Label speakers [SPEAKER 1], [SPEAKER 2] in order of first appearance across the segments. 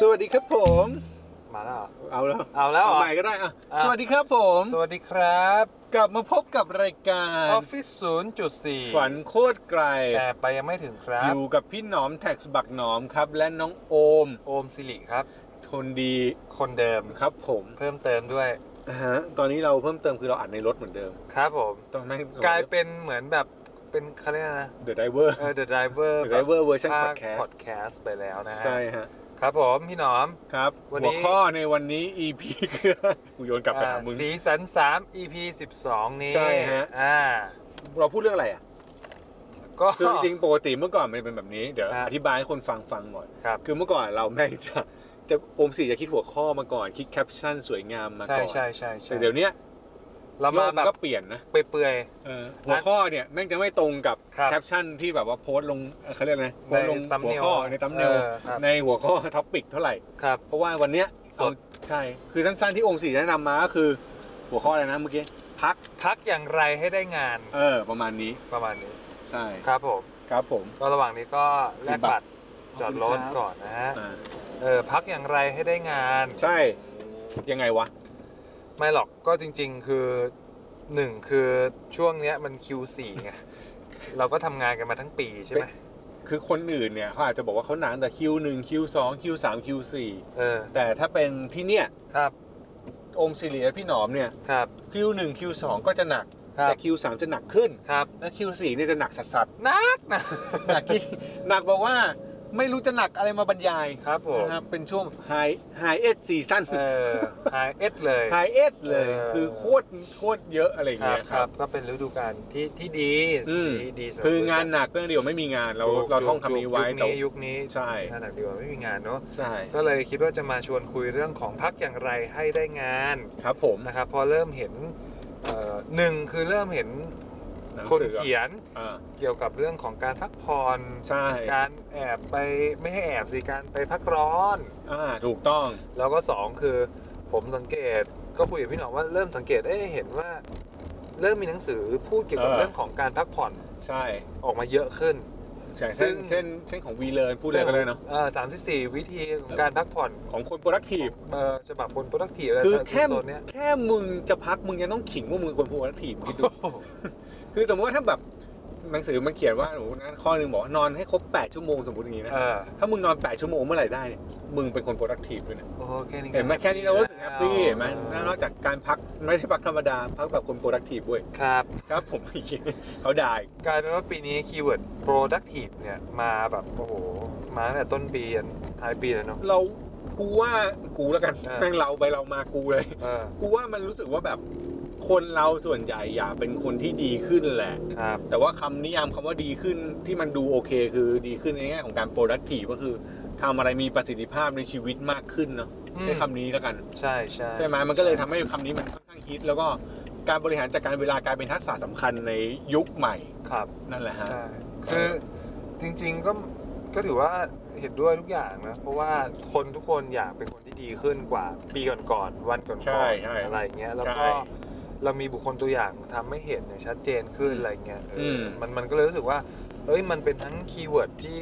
[SPEAKER 1] สวัสดีครับผม
[SPEAKER 2] มาแล้ว
[SPEAKER 1] เอาแล้ว
[SPEAKER 2] เอาแล้วเหรอ
[SPEAKER 1] ใหม่ก็ได้อ่ะ
[SPEAKER 2] อ่ะ
[SPEAKER 1] สวัสดีครับผม
[SPEAKER 2] สวัสดีครับ
[SPEAKER 1] กลับมาพบกับรายการ
[SPEAKER 2] ออฟฟิศ0.4
[SPEAKER 1] ฝันโคตรไกล
[SPEAKER 2] แต่ไปยังไม่ถึงครั
[SPEAKER 1] อบ ยู่กับพี่หนอมแท็กซ์บักหนอมครับ และน้องโอม
[SPEAKER 2] โอมสิริครับ
[SPEAKER 1] คนดี
[SPEAKER 2] คนเดิม
[SPEAKER 1] ครับผม
[SPEAKER 2] เพิ่มเติมด้วย
[SPEAKER 1] อ่าฮะตอนนี้เราเพิ่มเติมคือเราอัดในรถเหมือนเดิม
[SPEAKER 2] ครับผม
[SPEAKER 1] ต้องนั่ง
[SPEAKER 2] กลายเป็นเหมือนแบบ เป็นเขาเรียกอะไรนะ
[SPEAKER 1] เดอะไดเวอร์
[SPEAKER 2] เออ The Driver
[SPEAKER 1] เดอะไดเวอร์เวอร์ชันพอดแคส
[SPEAKER 2] พอด
[SPEAKER 1] ต์
[SPEAKER 2] แคสต์ไปแล้วนะฮะ
[SPEAKER 1] ใช่ฮะ
[SPEAKER 2] ครับผม พี่หนอม
[SPEAKER 1] ครับ
[SPEAKER 2] วันนี้
[SPEAKER 1] หัวข้อในวันนี้ EP คือกูโยนกลับไปหามึง
[SPEAKER 2] อ่าสีสัน 3 EP 12 นี้
[SPEAKER 1] ใช่ฮะ
[SPEAKER 2] อ่า ก็
[SPEAKER 1] เราพูดเรื่องอะไรอ่ะ
[SPEAKER 2] ก็
[SPEAKER 1] คือจริงๆปกติเมื่อก่อนมันเป็นแบบนี้เดี๋ยว
[SPEAKER 2] ฮะ
[SPEAKER 1] อธิบายให้คนฟังฟังหน่อย
[SPEAKER 2] ครับ
[SPEAKER 1] คือเมื่อก่อนเราแม่งจะจะอมสีจะคิดหัวข้อมาก่อนคิดแคปชั่นสวยงามมา
[SPEAKER 2] ใช่
[SPEAKER 1] ก่อน
[SPEAKER 2] ใช่ใช่ใช่
[SPEAKER 1] แต่เดี๋ยวเนี้ย
[SPEAKER 2] เรามา
[SPEAKER 1] โลก
[SPEAKER 2] แบ
[SPEAKER 1] นก็
[SPEAKER 2] บ
[SPEAKER 1] เปลี่ยนนะ
[SPEAKER 2] เปื่อย
[SPEAKER 1] เออหัวข้อเนี่ยแม่งจะไม่ตรงกับ
[SPEAKER 2] ครับ
[SPEAKER 1] แคปชั่นที่แบบว่าโพสต์ลงเอ่อเขาเรียกไง
[SPEAKER 2] ๆ
[SPEAKER 1] โพสต์ลงหัวข้อในตั้มเนล
[SPEAKER 2] ออครับ
[SPEAKER 1] ในหัวข้อท็อปิกเท่าไหร่
[SPEAKER 2] ครับ
[SPEAKER 1] เพราะว่าวันเนี้ย
[SPEAKER 2] สด
[SPEAKER 1] เอาใช่คือสั้นๆที่องค์สีแนะนำมาก็คือ หัวข้ออะไรนะเมื่อกี้พัก
[SPEAKER 2] พักอย่างไรให้ได้งาน
[SPEAKER 1] เออประมาณนี้
[SPEAKER 2] ประมาณนี้
[SPEAKER 1] ใช่
[SPEAKER 2] ครับผม
[SPEAKER 1] ครับผม
[SPEAKER 2] ก็ระหว่างนี้ก็แลก
[SPEAKER 1] บั
[SPEAKER 2] บั
[SPEAKER 1] ต
[SPEAKER 2] ต
[SPEAKER 1] ร
[SPEAKER 2] รจอดรถก่อนนะฮะ
[SPEAKER 1] อ่า
[SPEAKER 2] เออพักอย่างไรให้ได้งาน
[SPEAKER 1] ใช่ยังไงวะ
[SPEAKER 2] ไม่หรอกก็จริง ๆ คือหนึ่งคือช่วงเนี้ยมัน Q4 ไงเราก็ทำงานกันมาทั้งปีใช่ไหม
[SPEAKER 1] คือคนอื่นเนี่ยเขาอาจจะบอกว่าเขาหนานแต่คิวหนึ่งคิวสองคิวสามคิวสี่
[SPEAKER 2] เออ
[SPEAKER 1] แต่ถ้าเป็นที่เนี่ย
[SPEAKER 2] ครับ
[SPEAKER 1] อมสิริและพี่หนอมเนี่ย
[SPEAKER 2] ครับ
[SPEAKER 1] คิวหนึ่งคิวสองก็จะหนัก
[SPEAKER 2] ครั
[SPEAKER 1] แต่
[SPEAKER 2] บ
[SPEAKER 1] คิวสามจะหนักขึ้น
[SPEAKER 2] ครับ
[SPEAKER 1] และคิวสี่เนี่ยจะหนักสัสสัส
[SPEAKER 2] นักนะ
[SPEAKER 1] ๆ หนัก ที่หนักบอกว่าไม่รู้จะหนักอะไรมาบรรยาย
[SPEAKER 2] ครับผม
[SPEAKER 1] นะครับเป็นช่วงไฮไฮเอสซีซั่น
[SPEAKER 2] เออหายเอ็ดเลย
[SPEAKER 1] ไฮเอสเลย
[SPEAKER 2] เออ
[SPEAKER 1] คือโคตรโคตรเยอะอะไรอย่าง
[SPEAKER 2] ครับ
[SPEAKER 1] เงี้ย
[SPEAKER 2] ค
[SPEAKER 1] ค
[SPEAKER 2] รั
[SPEAKER 1] รั
[SPEAKER 2] บบ ก็เป็นฤดูกาลที่ที่ดี
[SPEAKER 1] อืม
[SPEAKER 2] ดีดีสำหรับ
[SPEAKER 1] คืองาน
[SPEAKER 2] บริษัท
[SPEAKER 1] หนักเรื่องเดียวไม่มีงานเรา
[SPEAKER 2] ยุค
[SPEAKER 1] เราท่องคำนี้ไว้
[SPEAKER 2] ยุค
[SPEAKER 1] แต่
[SPEAKER 2] นี้ยุคนี้
[SPEAKER 1] ใช่
[SPEAKER 2] งานหนักดีกว่าไม่มีงานเนาะ
[SPEAKER 1] ใช่
[SPEAKER 2] ก็เลยคิดว่าจะมาชวนคุยเรื่องของพักอย่างไรให้ได้งาน
[SPEAKER 1] ครับผม
[SPEAKER 2] นะครับพอเริ่มเห็นเอ่อหนึ่งคือเริ่มเห็น
[SPEAKER 1] หง
[SPEAKER 2] คน
[SPEAKER 1] สือ
[SPEAKER 2] เขียน
[SPEAKER 1] อ่า
[SPEAKER 2] เกี่ยวกับเรื่องของการพักผ่อน
[SPEAKER 1] ใช่
[SPEAKER 2] การแอบไปไม่ให้แอบสิการไปพักร้อน
[SPEAKER 1] อ่าถูกต้อง
[SPEAKER 2] แล้วก็สองคือผมสังเกตก็คุยกับพี่หนอมว่าเริ่มสังเกตเอ้เห็นว่า เริ่มมีหนังสือพูดเกี่ยวกับเรื่องของการพักผ่อน
[SPEAKER 1] ใช่
[SPEAKER 2] ออกมาเยอะขึ้น
[SPEAKER 1] ใช่
[SPEAKER 2] ซึ่
[SPEAKER 1] เช่น
[SPEAKER 2] ง
[SPEAKER 1] เช่นเช่นของวีเลนพูดอะไรก็ได้เนาะ
[SPEAKER 2] สามสิบสี่วิธีของการพักผ่อน
[SPEAKER 1] ของคน productive
[SPEAKER 2] เออฉบับคน productive อะไร
[SPEAKER 1] คือ
[SPEAKER 2] ต่างๆ
[SPEAKER 1] แค่
[SPEAKER 2] โซนเนี้ย
[SPEAKER 1] แค่มึงจะพักมึงยังต้องขิงว่ามึงเป็นคน productive คิดดู คือสมมติว่าถ้าแบบหนังสือมันเขียนว่าหนูนะข้อหนึ่งบอกว่านอนให้ครบ 8 ชั่วโมงสมมติอย่างนี้นะ
[SPEAKER 2] เออ
[SPEAKER 1] ถ้ามึงนอน 8 ชั่วโมงเมื่อไหร่ได้เนี่ยมึงเป็นคน productive ด้วยนะ
[SPEAKER 2] โอเคนี่ก็
[SPEAKER 1] เห็นไหมแค่นี้เรารู้สึกแฮปปี้เห็นไหม
[SPEAKER 2] เออน
[SPEAKER 1] อกจากการพักไม่ใช่พักธรรมดา พักแบบคน productive เว้ย
[SPEAKER 2] ครับ
[SPEAKER 1] ครับผม เขาได้
[SPEAKER 2] กลายเป็นว่าปีนี้คีย์เวิร์ด productive เนี่ยมาแบบโอ้โห มาตั้งแต่ต้นปียันท้ายปีแล้วเนาะ
[SPEAKER 1] เรากูว่ากูแล้วกัน
[SPEAKER 2] เออ
[SPEAKER 1] แม่งเราไปเรามากูเลย
[SPEAKER 2] เออ
[SPEAKER 1] กูว่ามันรู้สึกว่าแบบคนเราส่วนใหญ่อยากเป็นคนที่ดีขึ้นแหละ
[SPEAKER 2] ครับ
[SPEAKER 1] แต่ว่าคำนิยามคำว่าดีขึ้นที่มันดูโอเค คือดีขึ้นในแง่ของการ productive ก็คือทำอะไรมีประสิทธิภาพในชีวิตมากขึ้นเนาะใช้คำนี้แล้วกัน
[SPEAKER 2] ใช่ใช่
[SPEAKER 1] ใช่ไหมมันก็เลยทำให้คำนี้มันค่อนข้างฮิตแล้วก็การบริหารจัดการเวลากลายเป็นทักษะสำคัญในยุคใหม่
[SPEAKER 2] ครับ
[SPEAKER 1] นั่นแหละฮะ
[SPEAKER 2] ใช่ คือจริงๆก็ก็ถือว่าเห็นด้วยทุกอย่างนะ เพราะว่าคนทุกคนอยากเป็นคนที่ดีขึ้นกว่า ปีก่อนๆวันก่อน
[SPEAKER 1] ใช่ใช่
[SPEAKER 2] ๆอะไรอย่างเงี้ยแล้วก็
[SPEAKER 1] ใช่
[SPEAKER 2] เรามีบุคคลตัวอย่างทำให้เห็นอย่างชัดเจนขึ้นอะไรเงี้ยเออ
[SPEAKER 1] ม
[SPEAKER 2] มันมันก็เลยรู้สึกว่า เอ้ยมันเป็นทั้งคีย์เวิร์ดที่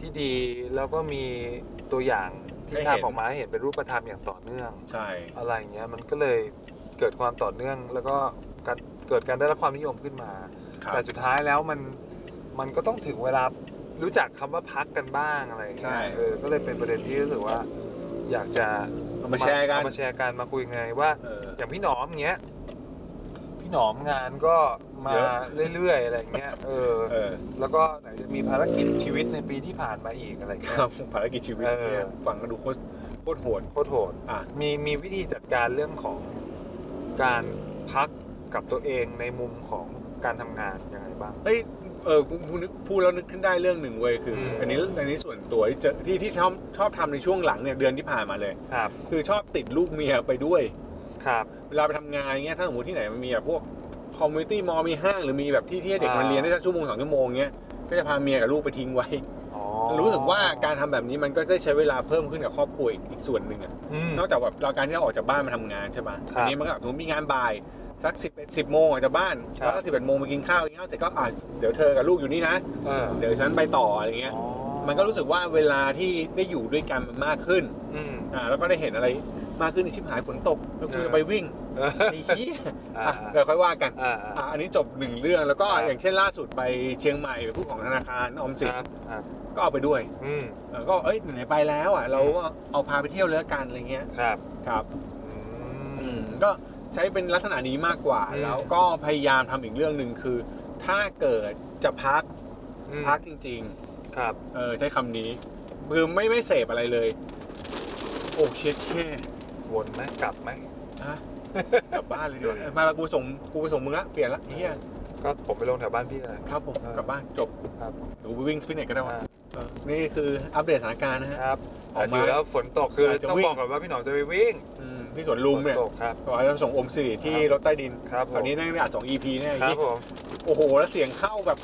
[SPEAKER 2] ที่ดีแล้วก็มีตัวอย่างที่ทำออกมาให้เห็นเป็นรูปธรรมอย่างต่อเนื่อง
[SPEAKER 1] ใช่
[SPEAKER 2] อะไรอย่างเงี้ยมันก็เลยเกิดความต่อเนื่องแล้วก็การเกิดการได้รับความนิยมขึ้นมา
[SPEAKER 1] ครับ
[SPEAKER 2] แต่สุดท้ายแล้วมันมันก็ต้องถึงเวลารู้จักคำว่าพักกันบ้างอะไรอย่างเงี้ย
[SPEAKER 1] ใช่
[SPEAKER 2] เออก็เลยเป็นประเด็นที่รู้สึกว่า อยากจะ
[SPEAKER 1] เอามาแชร์กัน
[SPEAKER 2] เอามาแชร์กันมาคุยไงว่า
[SPEAKER 1] เออ
[SPEAKER 2] อย่างพี่หนอมเงี้ยพี่หนอมงานก็มา
[SPEAKER 1] เยอะ
[SPEAKER 2] เรื่อยๆอะไรอย่างเงี้ยเออ
[SPEAKER 1] เออ
[SPEAKER 2] แล้วก็ไหนจะมีภารกิจชีวิตในปีที่ผ่านมาอีกอะไรอย่างเงี้
[SPEAKER 1] ค
[SPEAKER 2] ย
[SPEAKER 1] รับภารกิจชีวิต
[SPEAKER 2] เออ
[SPEAKER 1] เนี่ยฟังก็ดูโคตรโคตรโหด
[SPEAKER 2] โคตรโหด
[SPEAKER 1] อ่ะ
[SPEAKER 2] มีมีวิธีจัดการเรื่องของการพักกับตัวเองในมุมของ การทำงานยังไงบ้าง
[SPEAKER 1] เฮ้ยเออกูกูนึกพูดแล้วนึกขึ้นได้เรื่องหนึ่งเว้ยคืออ
[SPEAKER 2] ม
[SPEAKER 1] อันนี้อันนี้ส่วนตัวที่เจอที่ที่ชอบชอบทำในช่วงหลังเนี่ยเดือนที่ผ่านมาเลย
[SPEAKER 2] ครับ
[SPEAKER 1] คือชอบติดลูกเมียไปด้วย
[SPEAKER 2] ครับ
[SPEAKER 1] เวลาไปทำงานเงี้ยถ้าสมมติที่ไหนมันมีแบบพวกคอมมูนิตี้มอลมีห้างหรือมีแบบที่ที่ให้เด็ก
[SPEAKER 2] อ่ามั
[SPEAKER 1] มันเรียนได้สักชั่วโมงสองชั่วโมงเงี้ยก็จะพาเมียกับลูกไปทิ้งไว้
[SPEAKER 2] อ๋อ
[SPEAKER 1] รู้สึกว่าการทำแบบนี้มันก็ได้ใช้เวลาเพิ่มขึ้นกับครอบครัวอีกอีกส่วนหนึ่งอะ
[SPEAKER 2] อืม
[SPEAKER 1] นอกจากแบบเราการที่เราออกจากบ้านมาทำงานใช่ไหม
[SPEAKER 2] ครับ
[SPEAKER 1] อันี้มันก็แบบสมมติมีงานบ่ายสักสิบสิบโมงออกจากบ้าน
[SPEAKER 2] ครับ
[SPEAKER 1] แล้วสิบเอ็ดโมงไปกินข้าวกินข้าวเสร็จก็อ่ะเดี๋ยวเธอกับลูกอยู่นี่นะ
[SPEAKER 2] เออ
[SPEAKER 1] เดี๋ยวฉันไปต่ออะไรเงี้ย
[SPEAKER 2] อ๋อ
[SPEAKER 1] มันก็รู้สึกว่าเวลาที่ได้อยู่ด้วยกันมันมากขึ้น
[SPEAKER 2] อืม
[SPEAKER 1] อ่า แล้วก็ได้เห็นอะไรมากขึ้นในชิบหายฝนตกแล้วกู
[SPEAKER 2] เออ
[SPEAKER 1] จะไปวิ่ง
[SPEAKER 2] เออ
[SPEAKER 1] ไอ้เหี้ย
[SPEAKER 2] อ่า
[SPEAKER 1] อ่ะเดี๋ยวค่อยว่ากัน
[SPEAKER 2] อ่า
[SPEAKER 1] อ่ะอันนี้จบหนึ่งเรื่องแล้วก็อย่างเช่นล่าสุดไปเชียงใหม่ไปผู้ของธนาคารออมสิน
[SPEAKER 2] ครับครับ
[SPEAKER 1] ก็เอาไปด้วย
[SPEAKER 2] อืม
[SPEAKER 1] เออก็เอ้ยไหนๆไปแล้วอ่ะเราก็เอาพาไปเที่ยวเลยละกันอะไรเงี้ย
[SPEAKER 2] ครับ
[SPEAKER 1] ครับ
[SPEAKER 2] อื
[SPEAKER 1] อื
[SPEAKER 2] ม
[SPEAKER 1] มก็ใช้เป็นลักษณะนี้มากกว่า
[SPEAKER 2] อืม
[SPEAKER 1] แล้วก็พยายามทำอีกเรื่องหนึ่งคือ ถ้าเกิดจะพัก
[SPEAKER 2] อืม
[SPEAKER 1] พักจริง ๆ
[SPEAKER 2] ครับ
[SPEAKER 1] เออใช้คำนี้คือไม่ไม่เสพอะไรเลย โอ้เช็ดแค่
[SPEAKER 2] วนไหมกลับไหม
[SPEAKER 1] ฮะกลับบ้านเลยดีกว่าเออมามากูไปส่งกูไปส่งมึงละเปลี่ยนละเฮีย
[SPEAKER 2] ก็ผมไปลงแถวบ้านพี่เลย
[SPEAKER 1] ครับผม
[SPEAKER 2] เออก
[SPEAKER 1] ลับบ้านจบ
[SPEAKER 2] ครับ
[SPEAKER 1] หนูไปวิ่งฟิตเนสก็ได้วะ
[SPEAKER 2] อ่า
[SPEAKER 1] เออนี่คืออัปเดตสถานการณ์นะฮะ
[SPEAKER 2] ครับ
[SPEAKER 1] ออกมา
[SPEAKER 2] อยู่แล้วฝนตกคืออา
[SPEAKER 1] จจะ
[SPEAKER 2] ต้อง
[SPEAKER 1] วิ่ง
[SPEAKER 2] บอกก่อนว่าพี่หนอมจะไปวิ่ง
[SPEAKER 1] อืมที่สวนลุมเนี่ย
[SPEAKER 2] ฝตกครับ
[SPEAKER 1] ก่อนจะส่งอมสิริที่
[SPEAKER 2] ครับ
[SPEAKER 1] รถใต้ดิน
[SPEAKER 2] ครับผ
[SPEAKER 1] คราว
[SPEAKER 2] ม
[SPEAKER 1] นี้แม่งได้อัดสอง EP แน่
[SPEAKER 2] ครับผม
[SPEAKER 1] โอ้โห แล้วเสียงเข้าแบบ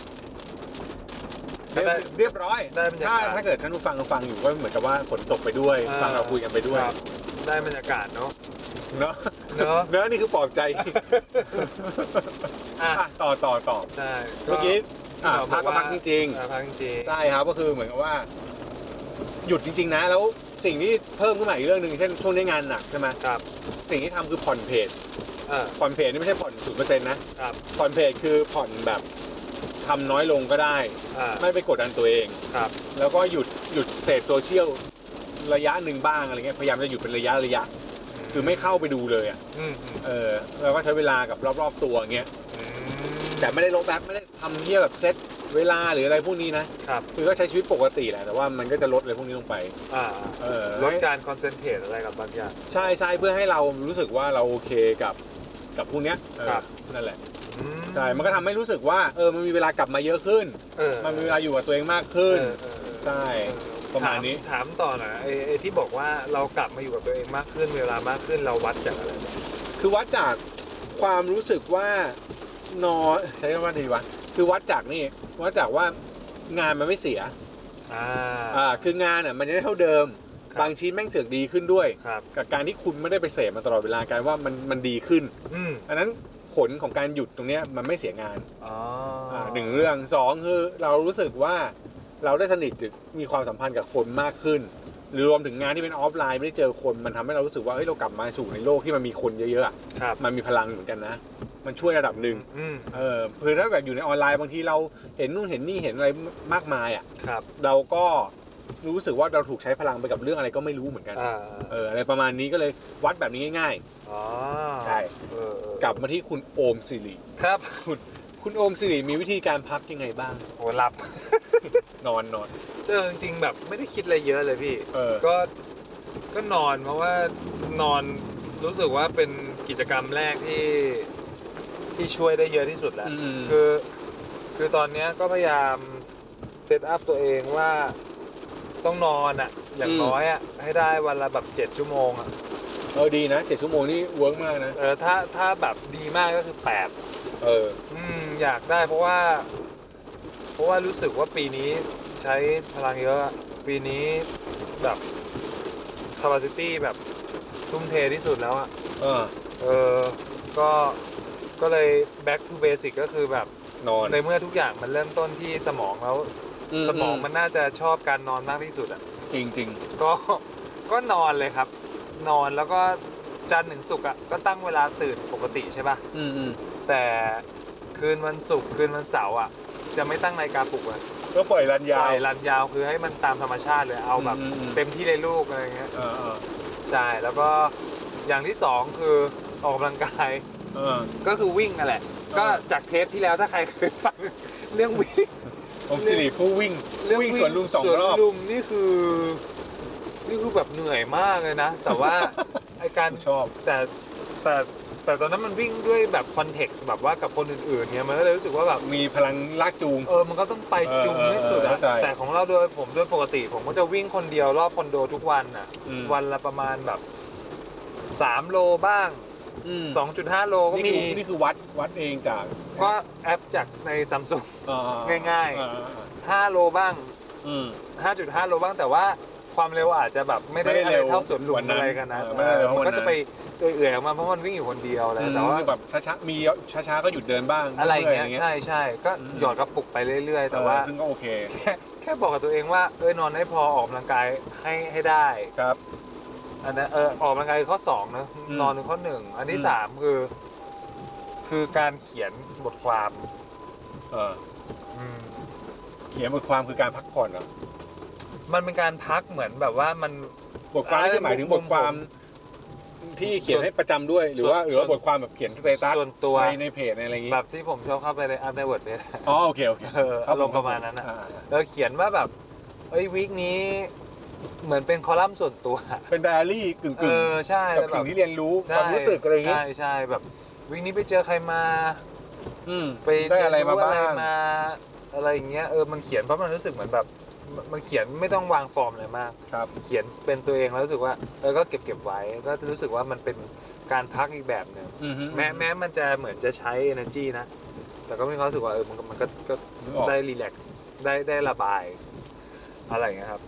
[SPEAKER 1] เรียบ
[SPEAKER 2] ได้
[SPEAKER 1] เรียบร้อย
[SPEAKER 2] ได้บรรยากาศ
[SPEAKER 1] ถ้าถ้าเกิดท่านผู้ฟังฟังอยู่ก็เหมือนกับว่าฝนตกไปด้วย
[SPEAKER 2] อ่า
[SPEAKER 1] ฟังเราคุยกันไปด้วย
[SPEAKER 2] ครับได้บรรยากาศเนาะ
[SPEAKER 1] เนาะ
[SPEAKER 2] เนาะ
[SPEAKER 1] เนาะนี่คือปลอบใจ
[SPEAKER 2] อ่ะ
[SPEAKER 1] อ่ะต่อต่อต่อ
[SPEAKER 2] ใช่
[SPEAKER 1] เมื่อกี้อ่ะ
[SPEAKER 2] พี่หนอม
[SPEAKER 1] พัก
[SPEAKER 2] บ
[SPEAKER 1] ก็
[SPEAKER 2] อว่า
[SPEAKER 1] พักจริง
[SPEAKER 2] อ่าพักจริง
[SPEAKER 1] ๆใช่ครับก็คือเหมือนกับว่า หยุดจริง ๆ นะ แล้วสิ่งที่เพิ่มขึ้นมาอีกเรื่องหนึ่งเช่นช่วงนี้งานหนักใช่ไหม
[SPEAKER 2] ครับ
[SPEAKER 1] สิ่งที่ทำคือผ่อนเพจ
[SPEAKER 2] เออ
[SPEAKER 1] ผ่อนเพจนี่ไม่ใช่ผ่อนศูนย์เปอร์เซ็นต์นะครับ ผ่อนเพจคือผ่อนแบบทำน้อยลงก็ได้
[SPEAKER 2] อ่า
[SPEAKER 1] ไม่ไปกดดันตัวเอง
[SPEAKER 2] ครับ
[SPEAKER 1] แล้วก็หยุดหยุดเสพโซเชียลระยะหนึ่งบ้างอะไรเงี้ยพยายามจะหยุดเป็นระยะระยะ คือไม่เข้าไปดูเลยอ่ะ
[SPEAKER 2] อืม
[SPEAKER 1] เออแล้วก็ใช้เวลากับรอบๆตัวอย่างเงี้ย
[SPEAKER 2] อืม
[SPEAKER 1] แต่ไม่ได้ลบแป๊บไม่ได้ทำเที่ยแบบเซตเวลาหรืออะไรพวกนี้นะ
[SPEAKER 2] ครับ
[SPEAKER 1] คือก็ใช้ชีวิตปกติแหละ แต่ว่ามันก็จะลดอะไรพวกนี้ลงไป
[SPEAKER 2] อ่า
[SPEAKER 1] เออ
[SPEAKER 2] ลดการคอนเซนเทรตอะไรกับบางอย่าง
[SPEAKER 1] ใช่ใช่เพื่อให้เรารู้สึกว่าเราโอเคกับกับพวกเนี้ยเออ
[SPEAKER 2] ครับ
[SPEAKER 1] นั่นแหละ
[SPEAKER 2] อืม
[SPEAKER 1] ใช่ มันก็ทำให้รู้สึกว่าเออมันมีเวลากลับมาเยอะขึ้น
[SPEAKER 2] เออ
[SPEAKER 1] มันมีเวลาอยู่กับตัวเองมากขึ้น
[SPEAKER 2] เออเออเออ
[SPEAKER 1] ใช่ ประมาณนี้
[SPEAKER 2] ถถามต่อหน่อยไอ้ไอ้ที่บอกว่าเรากลับมาอยู่กับตัวเองมากขึ้นมีเวลามากขึ้นเราวัดจากอะไรเนี่ย
[SPEAKER 1] คือวัดจากความรู้สึกว่านอน ใช้คำว่าดีวะคือวัดจากนี่วัดจากว่างานมันไม่เสีย
[SPEAKER 2] อ่า
[SPEAKER 1] อ่าคืองานอ่ะมันยังได้เท่าเดิม
[SPEAKER 2] ครับ
[SPEAKER 1] บางชิ้นแม่งเถือกดีขึ้นด้วย
[SPEAKER 2] ครับ
[SPEAKER 1] กับการที่คุณไม่ได้ไปเสพมาตลอดเวลากลายว่ามันมันดีขึ้น
[SPEAKER 2] อืม
[SPEAKER 1] อันนั้นผลของการหยุดตรงเนี้ยมันไม่เสียงาน
[SPEAKER 2] อ๋อา
[SPEAKER 1] หนึ่งเรื่องสองคือเรารู้สึกว่าเราได้สนิทหรือมีความสัมพันธ์กับคนมากขึ้น หรือรวมถึงงานที่เป็นออฟไลน์ไม่ได้เจอคนมันทำให้เรารู้สึกว่าเฮ้ยเรากลับมาสู่ในโลกที่มันมีคนเยอะๆอะ
[SPEAKER 2] ครับ
[SPEAKER 1] มันมีพลังเหมือนกันนะ มันช่วยระดับหนึ่ง
[SPEAKER 2] อืม
[SPEAKER 1] เออคือถ้าแบบอยู่ในออนไลน์บางทีเราเห็นนู่นเห็นนี่เห็นอะไรมากมายอ่ะ
[SPEAKER 2] ครับ
[SPEAKER 1] เราก็รู้สึกว่าเราถูกใช้พลังไปกับเรื่องอะไรก็ไม่รู้เหมือนกัน
[SPEAKER 2] อ่า
[SPEAKER 1] เอออะไรประมาณนี้ก็เลยวัดแบบนี้ง่าย ๆ
[SPEAKER 2] อ๋อ
[SPEAKER 1] ใช่
[SPEAKER 2] เออเออก
[SPEAKER 1] ลับมาที่คุณโอมสิริ
[SPEAKER 2] ครับ
[SPEAKER 1] คุณโอมสิริมีวิธีการพักยังไงบ้าง
[SPEAKER 2] โหหลับ
[SPEAKER 1] นอนนอน
[SPEAKER 2] เออจริงๆแบบไม่ได้คิดอะไรเยอะเลยพี่
[SPEAKER 1] เออ
[SPEAKER 2] ก็ก็นอนเพราะว่านอนรู้สึกว่าเป็นกิจกรรมแรกที่ที่ช่วยได้เยอะที่สุดแหละ
[SPEAKER 1] อืม
[SPEAKER 2] คือคือตอนเนี้ยก็พยายามเซตอัพตัวเองว่าต้องนอนอะ่ะ อย่าง
[SPEAKER 1] อืม
[SPEAKER 2] น้อยอะ่ะ ให้ได้วันละแบบเจ็ดชั่วโมงอะ่ะ
[SPEAKER 1] เออดีนะเจ็ดชั่วโมงนี่เวิร์กมากนะ
[SPEAKER 2] เออถ้าถ้าแบบดีมากก็คือแปด
[SPEAKER 1] เออ
[SPEAKER 2] อืมอยากได้เพราะว่า เพราะว่ารู้สึกว่าปีนี้ใช้พลังเยอะอะปีนี้แบบ capacity แบบทุ่มเทที่สุดแล้วอ่ะ
[SPEAKER 1] เออ
[SPEAKER 2] เออก็ก็เลย back to basic ก็คือแบบ
[SPEAKER 1] นอน
[SPEAKER 2] ในเมื่อทุกอย่างมันเริ่มต้นที่สมองแล้ว สมองมันน่าจะชอบการนอนมากที่สุดอ่ะ
[SPEAKER 1] จริงจริง
[SPEAKER 2] ก็ ก็นอนเลยครับ นอนแล้วก็จันทร์ถึงศุกร์อ่ะ ก็ตั้งเวลาตื่นปกติใช่ป่ะ
[SPEAKER 1] ๆอืมอืม
[SPEAKER 2] แต่คืนวันศุกร์คืนวันเสาร์อ่ะ จะไม่ตั้งนาฬิกาปลุกเลย
[SPEAKER 1] ก็ปล่อยรันยา
[SPEAKER 2] ป
[SPEAKER 1] ว
[SPEAKER 2] ล่อยรันยาวคือให้มันตามธรรมชาติเลย เอาแบบ
[SPEAKER 1] อืมอืม
[SPEAKER 2] เต็มที่เลยลูกอะไรเงี้ย
[SPEAKER 1] เออเออ
[SPEAKER 2] ใช่ แล้วก็อย่างที่สองคือออกกำลังกาย
[SPEAKER 1] เออ
[SPEAKER 2] ก็คือวิ่งนั่นแหละ ก็
[SPEAKER 1] เออ
[SPEAKER 2] จากเทปที่แล้วถ้าใครเคยฟัง เรื่องวิ่ง
[SPEAKER 1] โอมสิริผู้วิ่ง
[SPEAKER 2] เรื่อง
[SPEAKER 1] วิ่งสวนลุมสองรอบ
[SPEAKER 2] วนลุมนี่คือ นี่คือแบบเหนื่อยมากเลยนะ แต่ว่า ไอการ
[SPEAKER 1] ชอบ
[SPEAKER 2] แต่แต่ แต่ตอนนั้นมันวิ่งด้วยแบบคอนเท็กซ์แบบว่ากับคนอื่นๆเนี่ยมันก็เลยรู้สึกว่าแบบ
[SPEAKER 1] มีพลังลากจูง
[SPEAKER 2] เออ มันก็ต้องไปจุงให้สุด
[SPEAKER 1] เออเออ
[SPEAKER 2] อะ
[SPEAKER 1] เข้าใจ
[SPEAKER 2] แต่ของเราโดยผมโดยปกติ ผมก็จะวิ่งคนเดียวรอบคอนโดทุกวันอะ
[SPEAKER 1] อืม
[SPEAKER 2] วันละประมาณแบบสามโลบ้าง
[SPEAKER 1] ม
[SPEAKER 2] สองจุดห้าโลก็
[SPEAKER 1] นี่
[SPEAKER 2] มี
[SPEAKER 1] คือนี่คือวัดวัดเองจาก
[SPEAKER 2] ก็แอปจากในซัมซุง
[SPEAKER 1] อ่
[SPEAKER 2] ง่ายๆ
[SPEAKER 1] อ่อ่า
[SPEAKER 2] ห้าโลบ้าง
[SPEAKER 1] อืม
[SPEAKER 2] 5.5 โลบ้างแต่ว่าความเร็วอาจจะแบบไม่ได้
[SPEAKER 1] ไม่ได้
[SPEAKER 2] อะไร
[SPEAKER 1] เร็ว
[SPEAKER 2] เท่าสวนหลว
[SPEAKER 1] วั
[SPEAKER 2] ง
[SPEAKER 1] นนั้น
[SPEAKER 2] อะไรกันนะ
[SPEAKER 1] เออไม่ได้เร็ว
[SPEAKER 2] มัน
[SPEAKER 1] วั
[SPEAKER 2] ก็
[SPEAKER 1] นนั้น
[SPEAKER 2] จะไปเอื่อยๆออกมาเพราะมันวิ่งอยู่คนเดียวแหละแต่ว่า
[SPEAKER 1] อืมแบบช้าๆมีช้าๆก็หยุดเดินบ้าง
[SPEAKER 2] อะไรอย่างเงี้ย
[SPEAKER 1] รื่ๆ
[SPEAKER 2] ใช่ใช่ก็
[SPEAKER 1] อืม
[SPEAKER 2] หยอดกระปุกไปเรื่อย ๆ แต่
[SPEAKER 1] เออ
[SPEAKER 2] ว่า
[SPEAKER 1] ซึ่งก็โอเค
[SPEAKER 2] แค่แค่บอกกับตัวเองว่าเออนอนให้พอออกกำลังกายให้ให้ได้
[SPEAKER 1] ครับ
[SPEAKER 2] อันนั้นเออออกกำลังกายคือข้อ2นะ
[SPEAKER 1] อืม
[SPEAKER 2] นอนคือข้อหนึ่งอันที่
[SPEAKER 1] อืม
[SPEAKER 2] สามคือ คือการเขียนบทความ
[SPEAKER 1] เออ
[SPEAKER 2] อืม
[SPEAKER 1] เขียนบทความคือการพักผ่อนเหรอ
[SPEAKER 2] มันเป็นการพักเหมือนแบบว่ามัน
[SPEAKER 1] บทความนี่คือหมายถึงบทความ ที่เขียนให้ประจำด้วยหรือว่า
[SPEAKER 2] ส่วน
[SPEAKER 1] หรือว่าบทความแบบเขียนสเตตัส
[SPEAKER 2] ส่วนตัว
[SPEAKER 1] ในในเพจในอะไรอย่างงี้
[SPEAKER 2] แบบที่ผมชอบเข้าไปในอัพในเวิร์ดเนี่ย
[SPEAKER 1] อ๋อโอเคโอเค
[SPEAKER 2] เอออารมณ์ประมาณนั้น
[SPEAKER 1] อ่
[SPEAKER 2] อะเราเขียนว่าแบบเอ้ยวีคนี้เหมือนเป็นคอลัมน์ส่วนตัว
[SPEAKER 1] เป็นไดอารี่กึ่ง
[SPEAKER 2] เอ
[SPEAKER 1] ๆ
[SPEAKER 2] อใช่
[SPEAKER 1] กับ
[SPEAKER 2] แล้วแบ
[SPEAKER 1] สิ่
[SPEAKER 2] บ
[SPEAKER 1] งที่เรียนรู้ค
[SPEAKER 2] ใช่
[SPEAKER 1] วามรู้สึกอะไรอย่างงี้
[SPEAKER 2] ใช่ใช่แบบวีคนี้ไปเจอใครมา
[SPEAKER 1] อืม
[SPEAKER 2] ไป
[SPEAKER 1] ได้อะไรมาบ้าง
[SPEAKER 2] เยนรู้อะไรมาอะไรอย่างเงี้ยเออมันเขียนเพราะมันรู้สึกเหมือนแบบมันมันเขียนไม่ต้องวางฟอร์มอะไรมาก
[SPEAKER 1] ครับ
[SPEAKER 2] เขียนเป็นตัวเองแล้วรู้สึกว่าเออก็เก็บเก็บไว้ก็รู้สึกว่ามันเป็นการพักอีกแบบหนึ่ง
[SPEAKER 1] อือฮึ
[SPEAKER 2] แม้แม้มันจะเหมือนจะใช้ energy นะ แต่ก็มีความรู้สึกว่าเออมันก็มันก็ก็
[SPEAKER 1] นึกออก
[SPEAKER 2] ได้รีแลกซ์ได้ได้ระบาย อะไรอย่างเงี้ยครับ